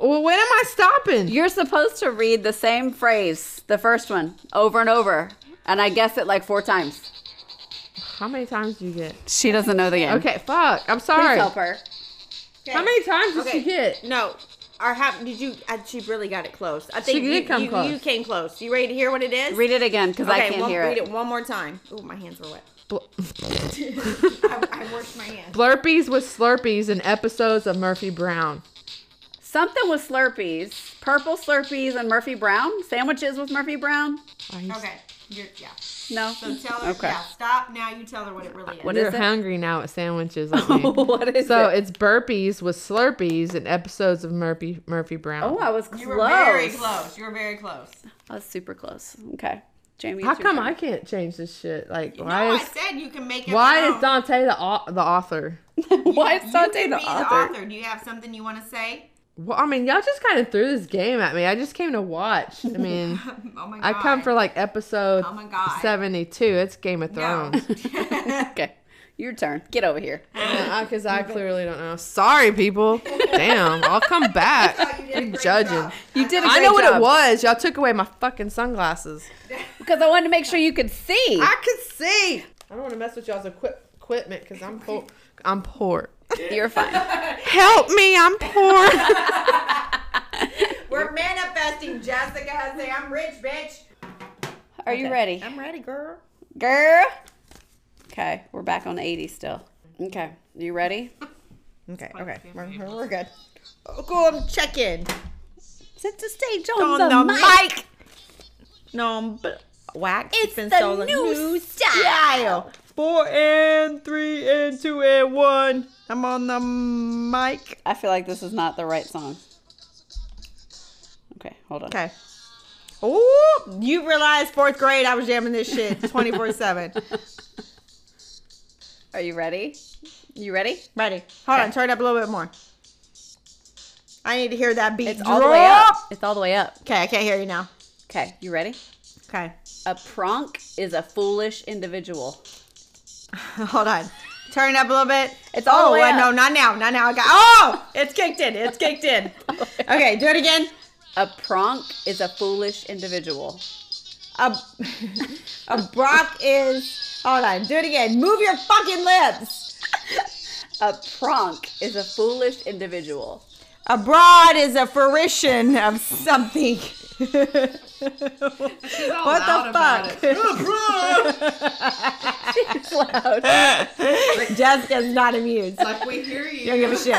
S4: Well, when am I stopping?
S2: You're supposed to read the same phrase, the first one, over and over. And I guessed it like four times.
S4: How many times do you get?
S2: She doesn't know the game.
S4: Okay, fuck. I'm
S2: Please
S4: sorry.
S2: help her.
S4: How many times did
S1: Okay.
S4: she get?
S1: No. Or how did you? I, she really got it close. I think
S4: did
S1: you,
S4: come
S1: you,
S4: close.
S1: you came close. You ready to hear what it is?
S2: Read it again because I can't
S1: one,
S2: hear
S1: read
S2: it.
S1: it one more time. Ooh, my hands were wet. I, I washed my hands.
S4: Blurpees with Slurpees in episodes of Murphy Brown.
S2: Something with Slurpees, purple Slurpees, and Murphy Brown sandwiches with Murphy Brown.
S4: Why you-
S1: Okay. You're, yeah.
S2: No.
S1: So tell her.
S2: Okay.
S1: Yeah. Stop now. You tell her what it really is.
S2: What
S4: You're
S2: is it?
S4: hungry now at sandwiches. I think.
S2: *laughs* *laughs* what is
S4: so
S2: it?
S4: it's burpees with Slurpees in episodes of Murphy Murphy Brown.
S2: Oh, I was close.
S1: you were very close. You were very close.
S2: I was super close. Okay, Jamie.
S4: How
S2: it's your
S4: come
S2: turn.
S4: I can't change this shit? Like,
S1: no,
S4: why
S1: I
S4: is
S1: said you can make it.
S4: why
S1: your
S4: is
S1: own.
S4: Dante the au- the author?
S2: *laughs* Why is Dante
S1: you
S2: the
S1: can be
S2: author?
S1: Do you have something you want to say?
S4: Well, I mean, y'all just kind of threw this game at me. I just came to watch. I mean,
S1: Oh my god.
S4: I
S2: *laughs*
S4: come for like episode
S1: Oh my God.
S4: seventy-two. It's Game of
S1: No.
S4: Thrones.
S2: Okay, your turn. Get over here.
S4: Because Uh-uh, I clearly don't know. Sorry, people. Damn, I'll come back.
S1: you did a
S4: You're
S1: great
S4: judging.
S1: job.
S2: You did a
S4: I
S2: great
S4: know what it
S2: job.
S4: was. Y'all took away my fucking sunglasses.
S2: because I wanted to make sure you could see.
S4: I can see. I don't want to mess with y'all's equip- equipment because I'm poor. I'm poor.
S2: You're
S4: *laughs*
S2: fine.
S4: Help me, I'm poor.
S1: *laughs* We're manifesting, Jessica. I say I'm rich, bitch.
S2: Are you ready,
S1: I'm ready, girl.
S2: girl? Okay, we're back on 80 still. Okay, you ready?
S1: Okay, okay. We're, we're good. Oh, cool. I'm checking.
S2: Set the stage
S1: On
S2: on,
S1: the
S2: the, mic.
S1: No, but wax.
S2: It's the new
S1: style. Four and three and two and one. I'm on the mic.
S2: I feel like this is not the right song. Okay, hold on.
S1: Okay. Oh, you realize fourth grade I was jamming this *laughs* shit 24 7.
S2: Are you ready? You ready?
S1: Ready. Hold on, turn it up a little bit more. I need to hear that beat.
S2: It's all the way up.
S1: drop.
S2: It's all the way up.
S1: Okay, I can't hear you now.
S2: Okay, you ready?
S1: Okay. *laughs*
S2: A pronk is a foolish individual.
S1: Hold on. Turn it up a little bit. It's
S2: all the
S1: oh,
S2: way
S1: uh,
S2: up.
S1: no, not now. Not now. I got Oh, it's kicked in. It's kicked *laughs* in. Okay, do it again.
S2: A pronk is a foolish individual.
S1: A, *laughs* a Brock is Hold on. Do it again. Move your fucking lips.
S2: A pronk is a foolish individual.
S1: Abroad is a fruition of something. what the fuck?
S2: It's loud.
S1: Jessica's not amused. Like we hear you. Don't give a shit.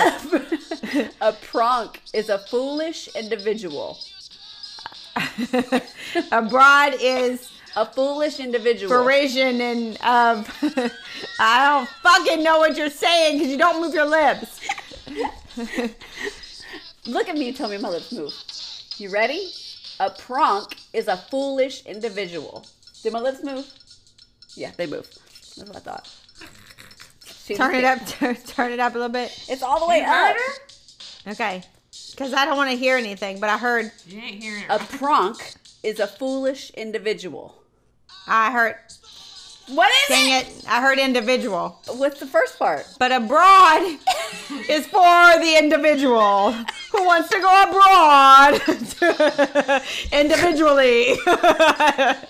S2: a pronk is a foolish individual.
S1: *laughs* Abroad is
S2: A foolish individual.
S1: derision and of. *laughs* I don't fucking know what you're saying because you don't move your lips.
S2: Look at me, tell me my lips move. You ready? A pronk is a foolish individual. Did my lips move? Yeah, they move. That's what I thought. She
S1: Turn
S2: just
S1: it
S2: did.
S1: up. *laughs* Turn, turn it up a little bit.
S2: It's all the way up.
S1: Okay. Because I don't want to hear anything, but I heard.
S3: You ain't hearing
S2: A pronk is a foolish individual.
S1: I heard.
S2: What is
S1: Dang it. I heard individual.
S2: What's the first
S1: *laughs*
S2: part?
S1: But abroad is for the individual who wants to go abroad *laughs* individually. *laughs*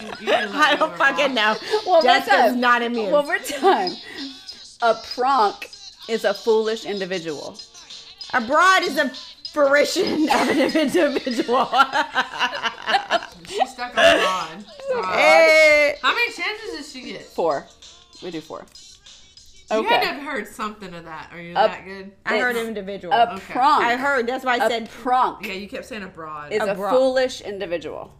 S1: I don't fucking know.
S2: One more
S1: Jessica's
S2: time.
S1: not immune.
S2: One more time. A pronk is a foolish individual.
S1: Abroad is a fruition of an
S2: *laughs*
S1: individual.
S3: She's stuck on Ron.
S1: Eh,
S3: How many chances did she get?
S2: Four. We do four.
S3: You had to
S2: Okay.
S3: have heard something of that. Are you
S2: Up.
S3: that good?
S1: I heard individual.
S2: A
S3: Okay.
S2: pronk.
S1: I heard. That's why I
S2: A
S1: said.
S2: pronk
S3: Yeah, you kept saying abroad.
S2: is a,
S1: bronk.
S2: foolish individual.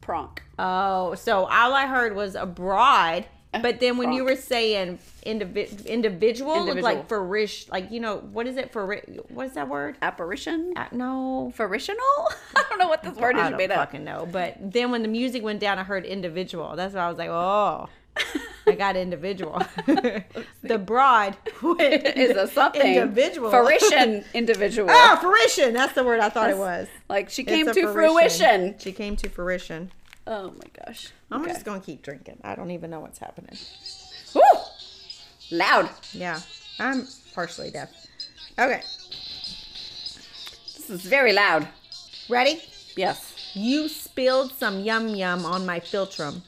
S2: Pronk.
S1: Oh, so all I heard was abroad. But then when you were
S2: Pronk.
S1: saying indivi- individual, looked
S2: Individual.
S1: like furish, like you know, what is it for? What is that word?
S2: Apparition?
S1: Uh, No,
S2: Apparitional? *laughs* I don't know what this word
S1: I
S2: is
S1: don't
S2: made up.
S1: fucking know. But then when the music went down, I heard individual. That's why I was like, oh, I got
S2: *laughs*
S1: individual. the broad went
S2: is a something
S1: Individual. *laughs*
S2: fruition individual.
S1: Oh, fruition. That's the word I thought it was.
S2: Like she
S1: It's
S2: came
S1: a
S2: to fruition.
S1: She came to fruition.
S2: Oh my gosh.
S1: I'm
S2: Okay.
S1: just gonna keep drinking. I don't even know what's happening.
S2: Woo! Loud.
S1: Yeah, I'm partially deaf. Okay,
S2: This is very loud.
S1: ready?
S2: Yes.
S1: You spilled some yum yum on my philtrum.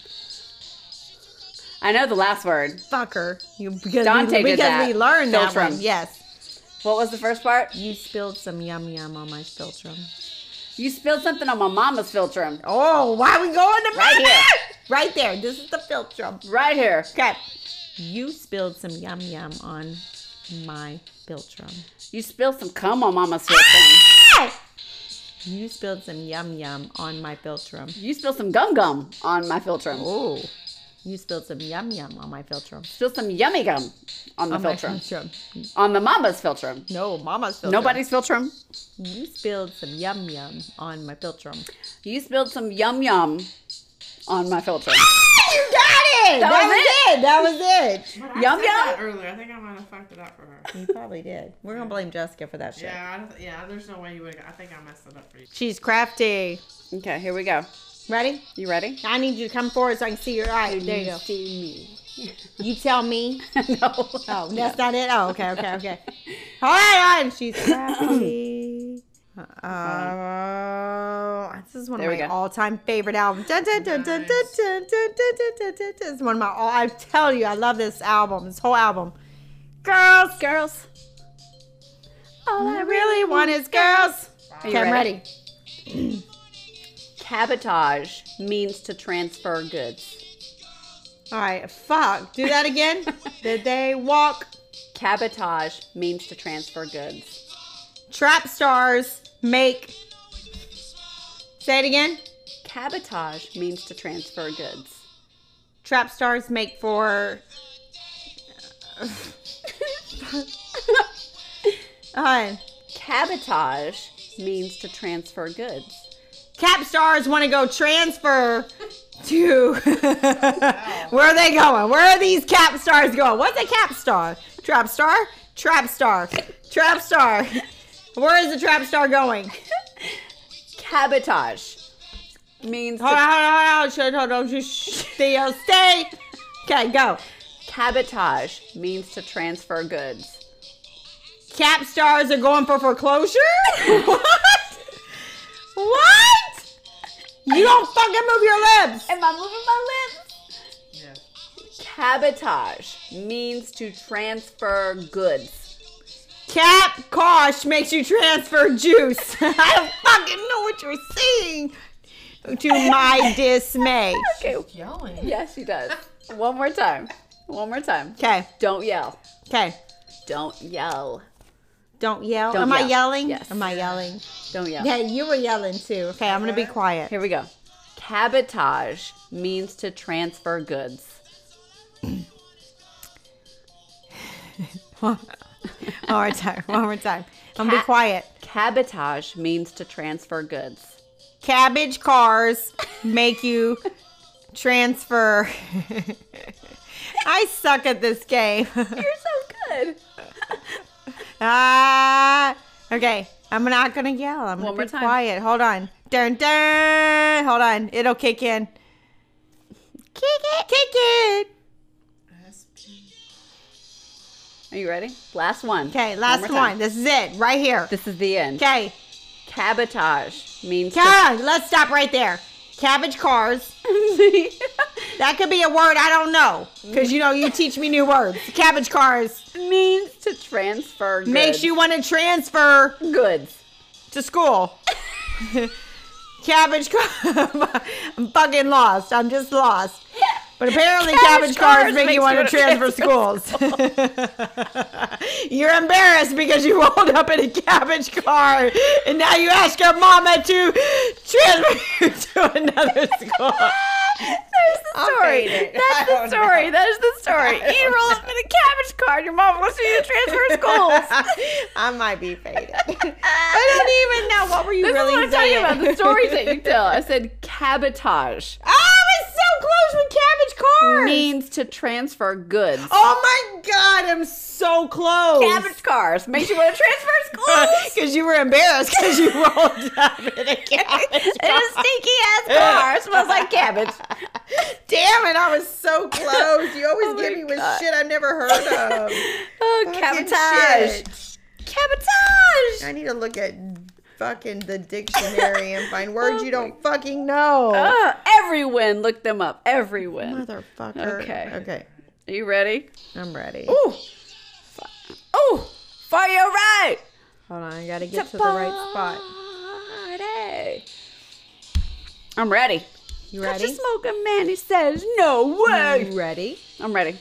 S2: I know the last word.
S1: Fucker. You because
S2: Dante
S1: we,
S2: did
S1: because
S2: that.
S1: we learned that
S2: Philtrum.
S1: one. Yes.
S2: What was the first part?
S1: You spilled some yum yum on my philtrum.
S2: You spilled something on my mama's filtrum.
S1: Oh, why we going to
S2: Right
S1: right
S2: here.
S1: Right there. This is the philtrum.
S2: Right here.
S1: Okay. You spilled some yum yum on my philtrum.
S2: You spilled some cum on mama's filtrum.
S1: You spilled some yum yum on my philtrum.
S2: You spilled some gum gum on my filtrum.
S1: Oh. You spilled some yum yum on my philtrum.
S2: Spilled some yummy gum on the
S1: On Oh my
S2: filtrum.
S1: philtrum.
S2: On the mama's
S1: *laughs*
S2: filtrum.
S1: No, mama's philtrum.
S2: Nobody's filtrum.
S1: You spilled some yum yum on my philtrum.
S2: You spilled some yum yum on my filtrum.
S1: You got it.
S2: That was
S1: it. That was it.
S5: I
S2: Yum
S5: said that
S2: yum.
S5: Earlier, I think I might have fucked it up for her.
S1: You probably did. We're gonna blame Jessica for that shit.
S5: Yeah, I don't, th- yeah. There's no way you would. I think I messed it up for you.
S1: She's crafty.
S2: Okay, here we go.
S1: Ready?
S2: You ready?
S1: I need you to come forward so I can see your eye. There you go.
S2: See
S1: You tell me.
S2: me. *laughs* no. *laughs*
S1: Oh, that's not it. Oh, okay, okay, *laughs* okay. All right, all right. *laughs* She's crafty. Oh, Uh, this is one
S2: There we
S1: of my
S2: go.
S1: all-time favorite albums. Dun, dun, dun, dun, dun, dun, dun, dun, dun, dun, dun. This is one of my all. I tell you, I love this album. This whole album. Girls, girls. All I really want is girls.
S2: Are you
S1: Okay, I'm ready.
S2: Cabotage means to transfer goods.
S1: All right, fuck. Do that *laughs* again. Did they walk?
S2: Cabotage means to transfer goods.
S1: Trap stars make. Say it again.
S2: Cabotage means to transfer goods.
S1: trap stars make for uh,
S2: Cabotage means to transfer goods.
S1: cap stars want to go transfer to where are they going where are these cap stars going what's a cap star trap star trap star trap star where is the trap star going
S2: Cabotage means
S1: hold on
S2: to,
S1: hold on hold on shit, hold on just sh- stay stay okay go
S2: cabotage means to transfer goods.
S1: cap stars are going for foreclosure? *laughs* what? What? You don't fucking move your lips.
S2: Am I moving my lips?
S5: Yeah.
S2: Cabotage means to transfer goods.
S1: Cap Kosh makes you transfer juice. *laughs* I don't fucking know what you're saying. To my dismay.
S2: Okay.
S5: Yelling.
S2: Yes,
S1: *laughs*
S2: she does. One more time. One more time.
S1: Okay,
S2: Don't yell.
S1: okay.
S2: Don't yell.
S1: Don't yell.
S2: Don't
S1: Am I
S2: yell.
S1: yelling?
S2: Yes.
S1: Am I yelling?
S2: Don't yell.
S1: Yeah, you were yelling too. Okay, I'm gonna be quiet.
S2: Here we go. Cabotage means to transfer goods.
S1: One more time. One more time. I'm gonna be
S2: Cat.
S1: quiet.
S2: Cabotage means to transfer goods.
S1: cabbage cars make you transfer. I suck at this game. *laughs*
S2: You're so good.
S1: ah, okay. I'm not gonna yell. I'm
S2: One
S1: gonna
S2: more
S1: be
S2: time.
S1: quiet. Hold on. Dun dun. Hold on. It'll kick in. Kick it. Kick it.
S2: Are you ready? Last one.
S1: Okay, last
S2: more
S1: one.
S2: time.
S1: This is it. Right here.
S2: This is the end.
S1: Okay.
S2: Cabotage means *laughs* to
S1: Come on. Let's stop right there. Cabbage cars.
S2: means
S1: That could be a word I don't know. Because you know you teach me new words. Cabbage cars.
S2: to transfer goods.
S1: makes you want to transfer
S2: goods.
S1: to school. *laughs* cabbage car. *laughs* I'm fucking lost. I'm just lost. But apparently, cabbage,
S2: Cabbage
S1: cars,
S2: cars
S1: make
S2: makes
S1: you want
S2: you
S1: to *laughs* transfer schools. You're embarrassed because you rolled up in a cabbage car, and now you ask your mama to transfer you *laughs* to another school.
S2: There's the story.
S1: faded. *laughs* I
S2: That's the
S1: don't
S2: story. That is the story. You roll up in a cabbage car. and Your mom wants you to
S1: *laughs*
S2: transfer schools.
S1: I might be faded. I don't even know what were you
S2: This
S1: really
S2: is what I'm talking
S1: saying?
S2: about. The stories that you tell. I said cabotage.
S1: Oh, it's so close pictures with cabbage *laughs* cars.
S2: means to transfer goods.
S1: Oh my god, I'm so close.
S2: Cabbage cars makes you want
S1: *laughs*
S2: to transfer schools.
S1: Because you were embarrassed because
S2: *laughs*
S1: you rolled up in a cabbage
S2: It is
S1: car.
S2: stinky ass car. It smells like cabbage.
S1: Damn it, I was so close. You always
S2: Oh my
S1: give me with
S2: God.
S1: shit I've never heard of.
S2: Oh,
S1: Fucking
S2: cabotage.
S1: shit. I
S2: Cabotage.
S1: need to look at fucking the
S2: *laughs*
S1: dictionary and find words you don't fucking know.
S2: Uh, everyone, look them up. Everyone.
S1: Motherfucker.
S2: Okay.
S1: Okay.
S2: Are you ready?
S1: I'm ready.
S2: Ooh. Oh, for your right.
S1: Hold on, I gotta get to the right spot.
S2: Party. I'm ready.
S1: You
S2: Got you
S1: ready?
S2: smoking man. He says, no way.
S1: You ready?
S2: I'm ready.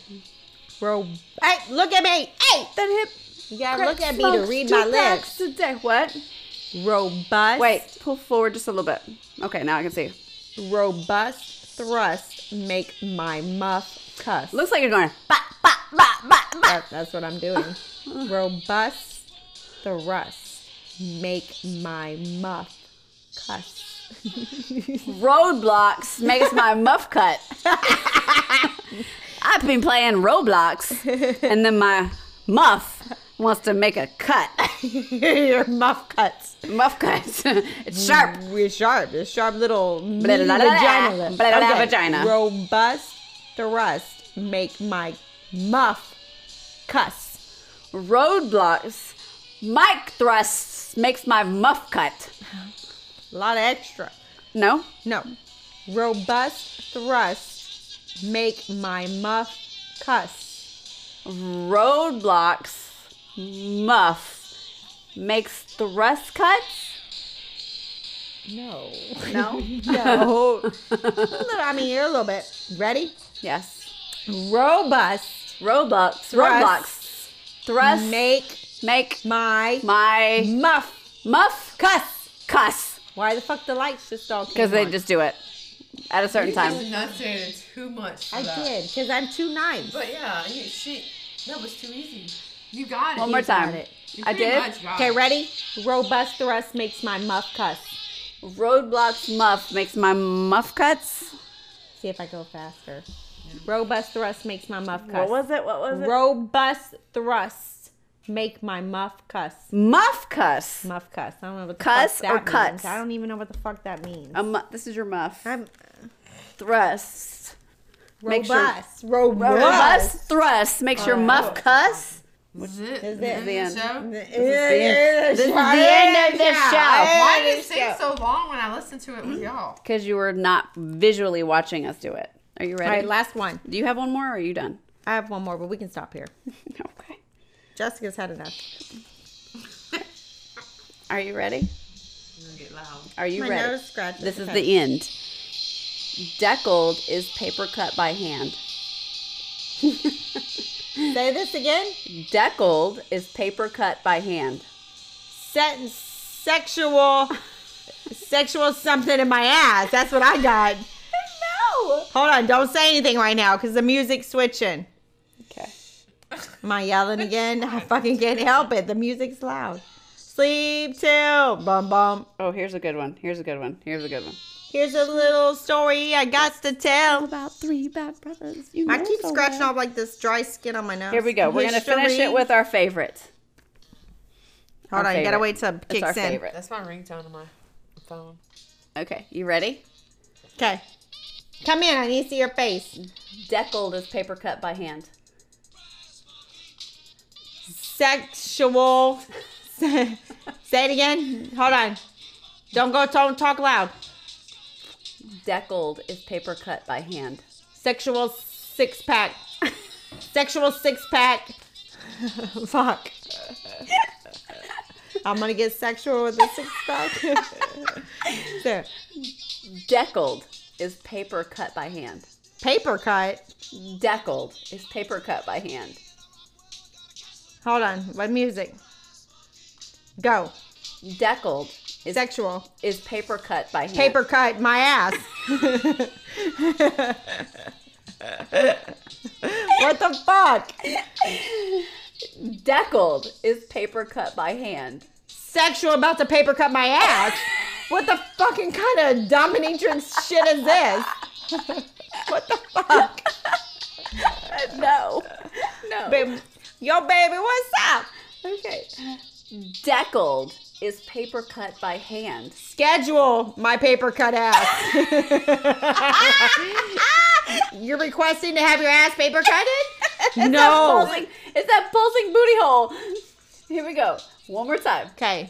S1: Roll. Hey, look at me. Hey,
S2: That hip.
S1: you gotta
S2: crack
S1: look at me to
S2: smokes
S1: read
S2: two
S1: my
S2: packs
S1: lips.
S2: Today. What?
S1: Robust.
S2: Wait, pull forward just a little bit. Okay, now I can see.
S1: Robust thrust make my muff cuss.
S2: Looks like you're going. Bah, bah, bah, bah, bah.
S1: That- that's what I'm doing. Robust thrust make my muff cuss. *laughs*
S2: Roadblocks makes my muff cut. I've been playing Roblox, and then my muff wants to make a cut.
S1: Your muff cuts.
S2: Muff cuts. it's sharp.
S1: We're sharp. It's sharp little mean
S2: Blah, blah, blah,
S1: vagina.
S2: blah.
S1: lips.
S2: Blah, blah, vagina.
S1: Robust thrust make my muff cuss.
S2: roadblocks. Mic thrusts makes my muff cut.
S1: A lot of extra.
S2: No?
S1: No. Robust thrust make my muff cuss.
S2: Roadblocks. Muff makes thrust cuts.
S1: No. *laughs*
S2: *laughs* No?
S1: No. Look, I mean, you're a little bit. Ready?
S2: yes.
S1: Robust
S2: Roadblocks. Roadblocks. Thrust
S1: make
S2: make
S1: my
S2: my
S1: muff
S2: muff
S1: cuss.
S2: cuss.
S1: Why the fuck the lights just all came
S2: Because they
S1: on?
S2: just do it at a certain
S5: You just
S2: time.
S5: enunciated too much. for
S1: I
S5: that.
S1: did, because I'm too nice.
S5: But yeah, you, she. That was too easy. You got it.
S2: One more
S5: You got
S2: time.
S5: it. You
S2: I
S5: pretty
S2: did?
S5: much got
S1: Okay,
S5: it.
S1: ready? Robust thrust makes my muff cuss.
S2: Roadblocks muff makes my muff cuts.
S1: See if I go faster. Robust thrust makes my muff cuss.
S2: it? What was
S1: Robust thrust make my muff cuss.
S2: muff cuss.
S1: Muff cuss. I don't know what the
S2: Cuss
S1: fuck
S2: or
S1: that
S2: cuts?
S1: means. I don't even know what the fuck that means.
S2: A mu- this is your muff.
S1: I'm
S2: Thrust. Make sure-
S1: robust. Robust.
S2: Robust thrust makes your muff cuss.
S5: This is it.
S1: This is
S5: the
S2: the
S5: end of the show.
S1: This is the end,
S2: This is the end of the show.
S5: Why did it take so long when I listened to it
S1: Mm-hmm.
S5: with y'all?
S2: Because you were not visually watching us do it. Are you
S1: All
S2: ready?
S1: right, last one.
S2: do you have one more or are you done? *laughs*
S1: I have one more, but we can stop here.
S2: okay.
S1: Jessica's had enough.
S2: Are you ready?
S5: It's gonna get loud.
S2: Are you
S1: My
S2: ready?
S1: nose scratches.
S2: This is
S1: Okay.
S2: the end. Deckled is paper cut by hand. *laughs*
S1: Say this again.
S2: Deckled is paper cut by hand.
S1: set sexual sexual something in my ass. That's what I got.
S2: No.
S1: Hold on, don't say anything right now because the music's switching.
S2: Okay.
S1: Am I yelling again? I fucking can't help it. The music's loud. Sleep till bum bum.
S2: Oh, here's a good one. Here's a good one. Here's a good one.
S1: Here's a little story I got to tell.
S2: About three bad brothers. You
S1: I keep scratching off like this dry skin on my nose.
S2: Here we go. We're gonna finish
S1: History.
S2: it with our favorite.
S1: Hold
S2: our
S1: on, you gotta
S2: favorite.
S1: wait till it
S2: It's our
S1: kicks in.
S2: favorite.
S3: That's my ringtone on my phone.
S2: Okay, you ready?
S1: Okay. Come in, I need to see your face.
S2: Deckled is paper cut by hand.
S1: sexual. *laughs* Say it again. Hold on. Don't go. Don't talk loud.
S2: Deckled is paper cut by hand.
S1: Sexual six pack. Sexual six pack. Fuck. *laughs* I'm gonna get sexual with a six pack. *laughs* there.
S2: Deckled is paper cut by hand.
S1: Paper cut.
S2: Deckled is paper cut by hand.
S1: Hold on. What music? Go.
S2: Deckled is
S1: Sexual.
S2: is paper cut by hand.
S1: Paper cut. My ass. *laughs* what the fuck?
S2: Deckled is paper cut by hand.
S1: sexual about to paper cut my *laughs* ass. What the fucking kind of dominatrix shit is this? *laughs* What the fuck?
S2: no. *laughs* No.
S1: baby. Yo, baby, what's up?
S2: Okay. Deckled is paper cut by hand.
S1: Schedule my paper cut *laughs* ass. You're requesting to have your ass paper cutted?
S2: It's
S1: no.
S2: That pulsing, it's that pulsing booty hole. Here we go. One more time.
S1: Okay.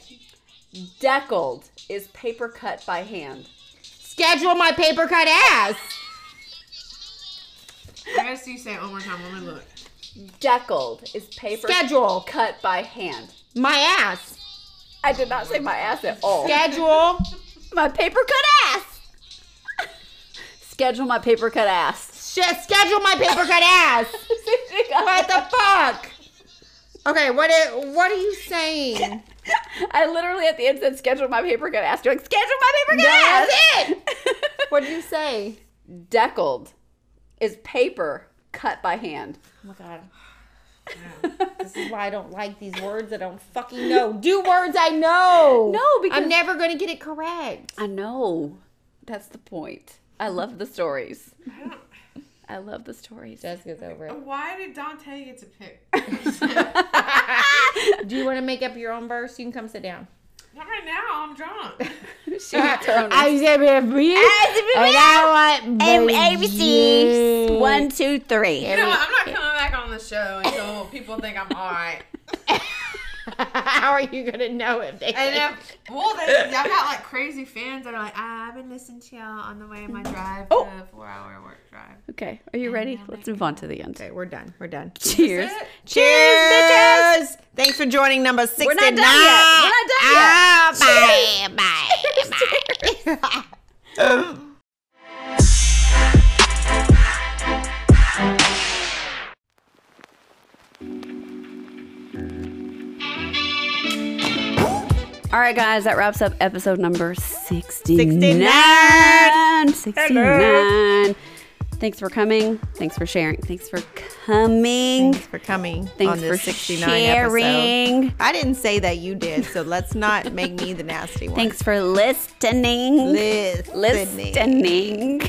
S2: Deckled is paper cut by hand.
S1: Schedule my paper cut ass.
S5: I gotta see you say it one more time. Let me look.
S2: Deckled is paper
S1: Schedule
S2: cut by hand.
S1: my ass.
S2: I did not say my ass at all.
S1: Schedule
S2: my paper cut ass. *laughs* Schedule my paper cut ass. *laughs*
S1: sh- schedule my paper cut ass. What the fuck? Okay, what i- what are you saying?
S2: I literally at the end said schedule my paper cut ass. You're like schedule my paper cut
S1: That's
S2: ass. *laughs* it.
S1: What do you say?
S2: Deckled is paper cut by hand.
S1: Oh my god. This is why I don't like these words I don't fucking know. Do words I know.
S2: No, because-
S1: I'm never gonna get it correct.
S2: I know. That's the point. I love the stories. I love the stories.
S1: Jessica's over it.
S5: Why did Dante get to
S1: *laughs*
S5: pick?
S1: Do you want to make up your own verse? You can come sit down.
S5: Not right now. I'm drunk.
S2: She had Tony.
S1: said I want ABC.
S2: One, two, three.
S5: You know what? I'm not coming back on the show until people think I'm alright.
S1: *laughs* How are you gonna know if they?
S5: And
S1: *laughs*
S5: if, well, they, I've got like crazy fans that are like, ah, I've been listening to y'all on the way in my drive
S2: Oh.
S5: to a four hour work drive.
S2: Okay, are you ready? Let's move on to the end.
S1: Okay, we're done. We're done.
S2: Cheers.
S5: it?
S2: Cheers, bitches.
S1: Thanks for joining number six.
S2: We're not done yet. We're not done yet.
S1: Bye. *laughs* Bye.
S2: All right, guys, that wraps up episode number 69.
S1: 69.
S2: 69. Thanks for coming. Thanks for sharing. Thanks for coming.
S1: Thanks for coming
S2: Thanks
S1: on
S2: for
S1: this 69 episode.
S2: sharing.
S1: I didn't say that you did, so let's not make me the *laughs* nasty one.
S2: Thanks for listening.
S1: Liz. Sydney.
S2: listening.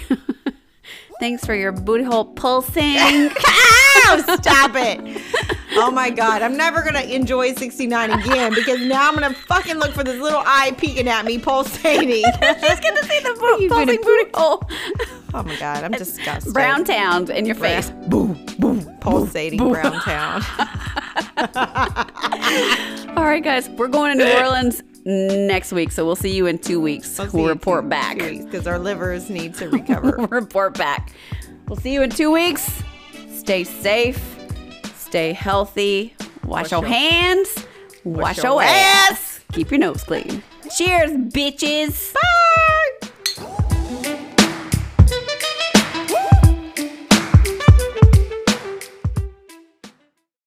S2: *laughs* Thanks for your booty hole *laughs* pulsing.
S1: Oh, stop it. *laughs* Oh my God. I'm never going to enjoy 69 again because now I'm going to fucking look for this little eye peeking at me,
S2: *laughs*
S1: pulsating.
S2: She's gonna see *laughs* the bo- pulsing booty hole.
S1: Oh my God. I'm disgusted.
S2: Brown towns in your face.
S1: Boom, boom.
S2: *laughs*
S1: Pulsating Brown Town.
S2: All right, guys, we're going to New Orleans next week, so we'll see you in two weeks. We'll report back.
S1: Because our livers need to
S2: *laughs*
S1: recover.
S2: report back. We'll see you in two weeks. Stay safe. Stay healthy. Wash, your, hands. Wash your, ass. Keep your nose clean. Cheers, bitches. Bye.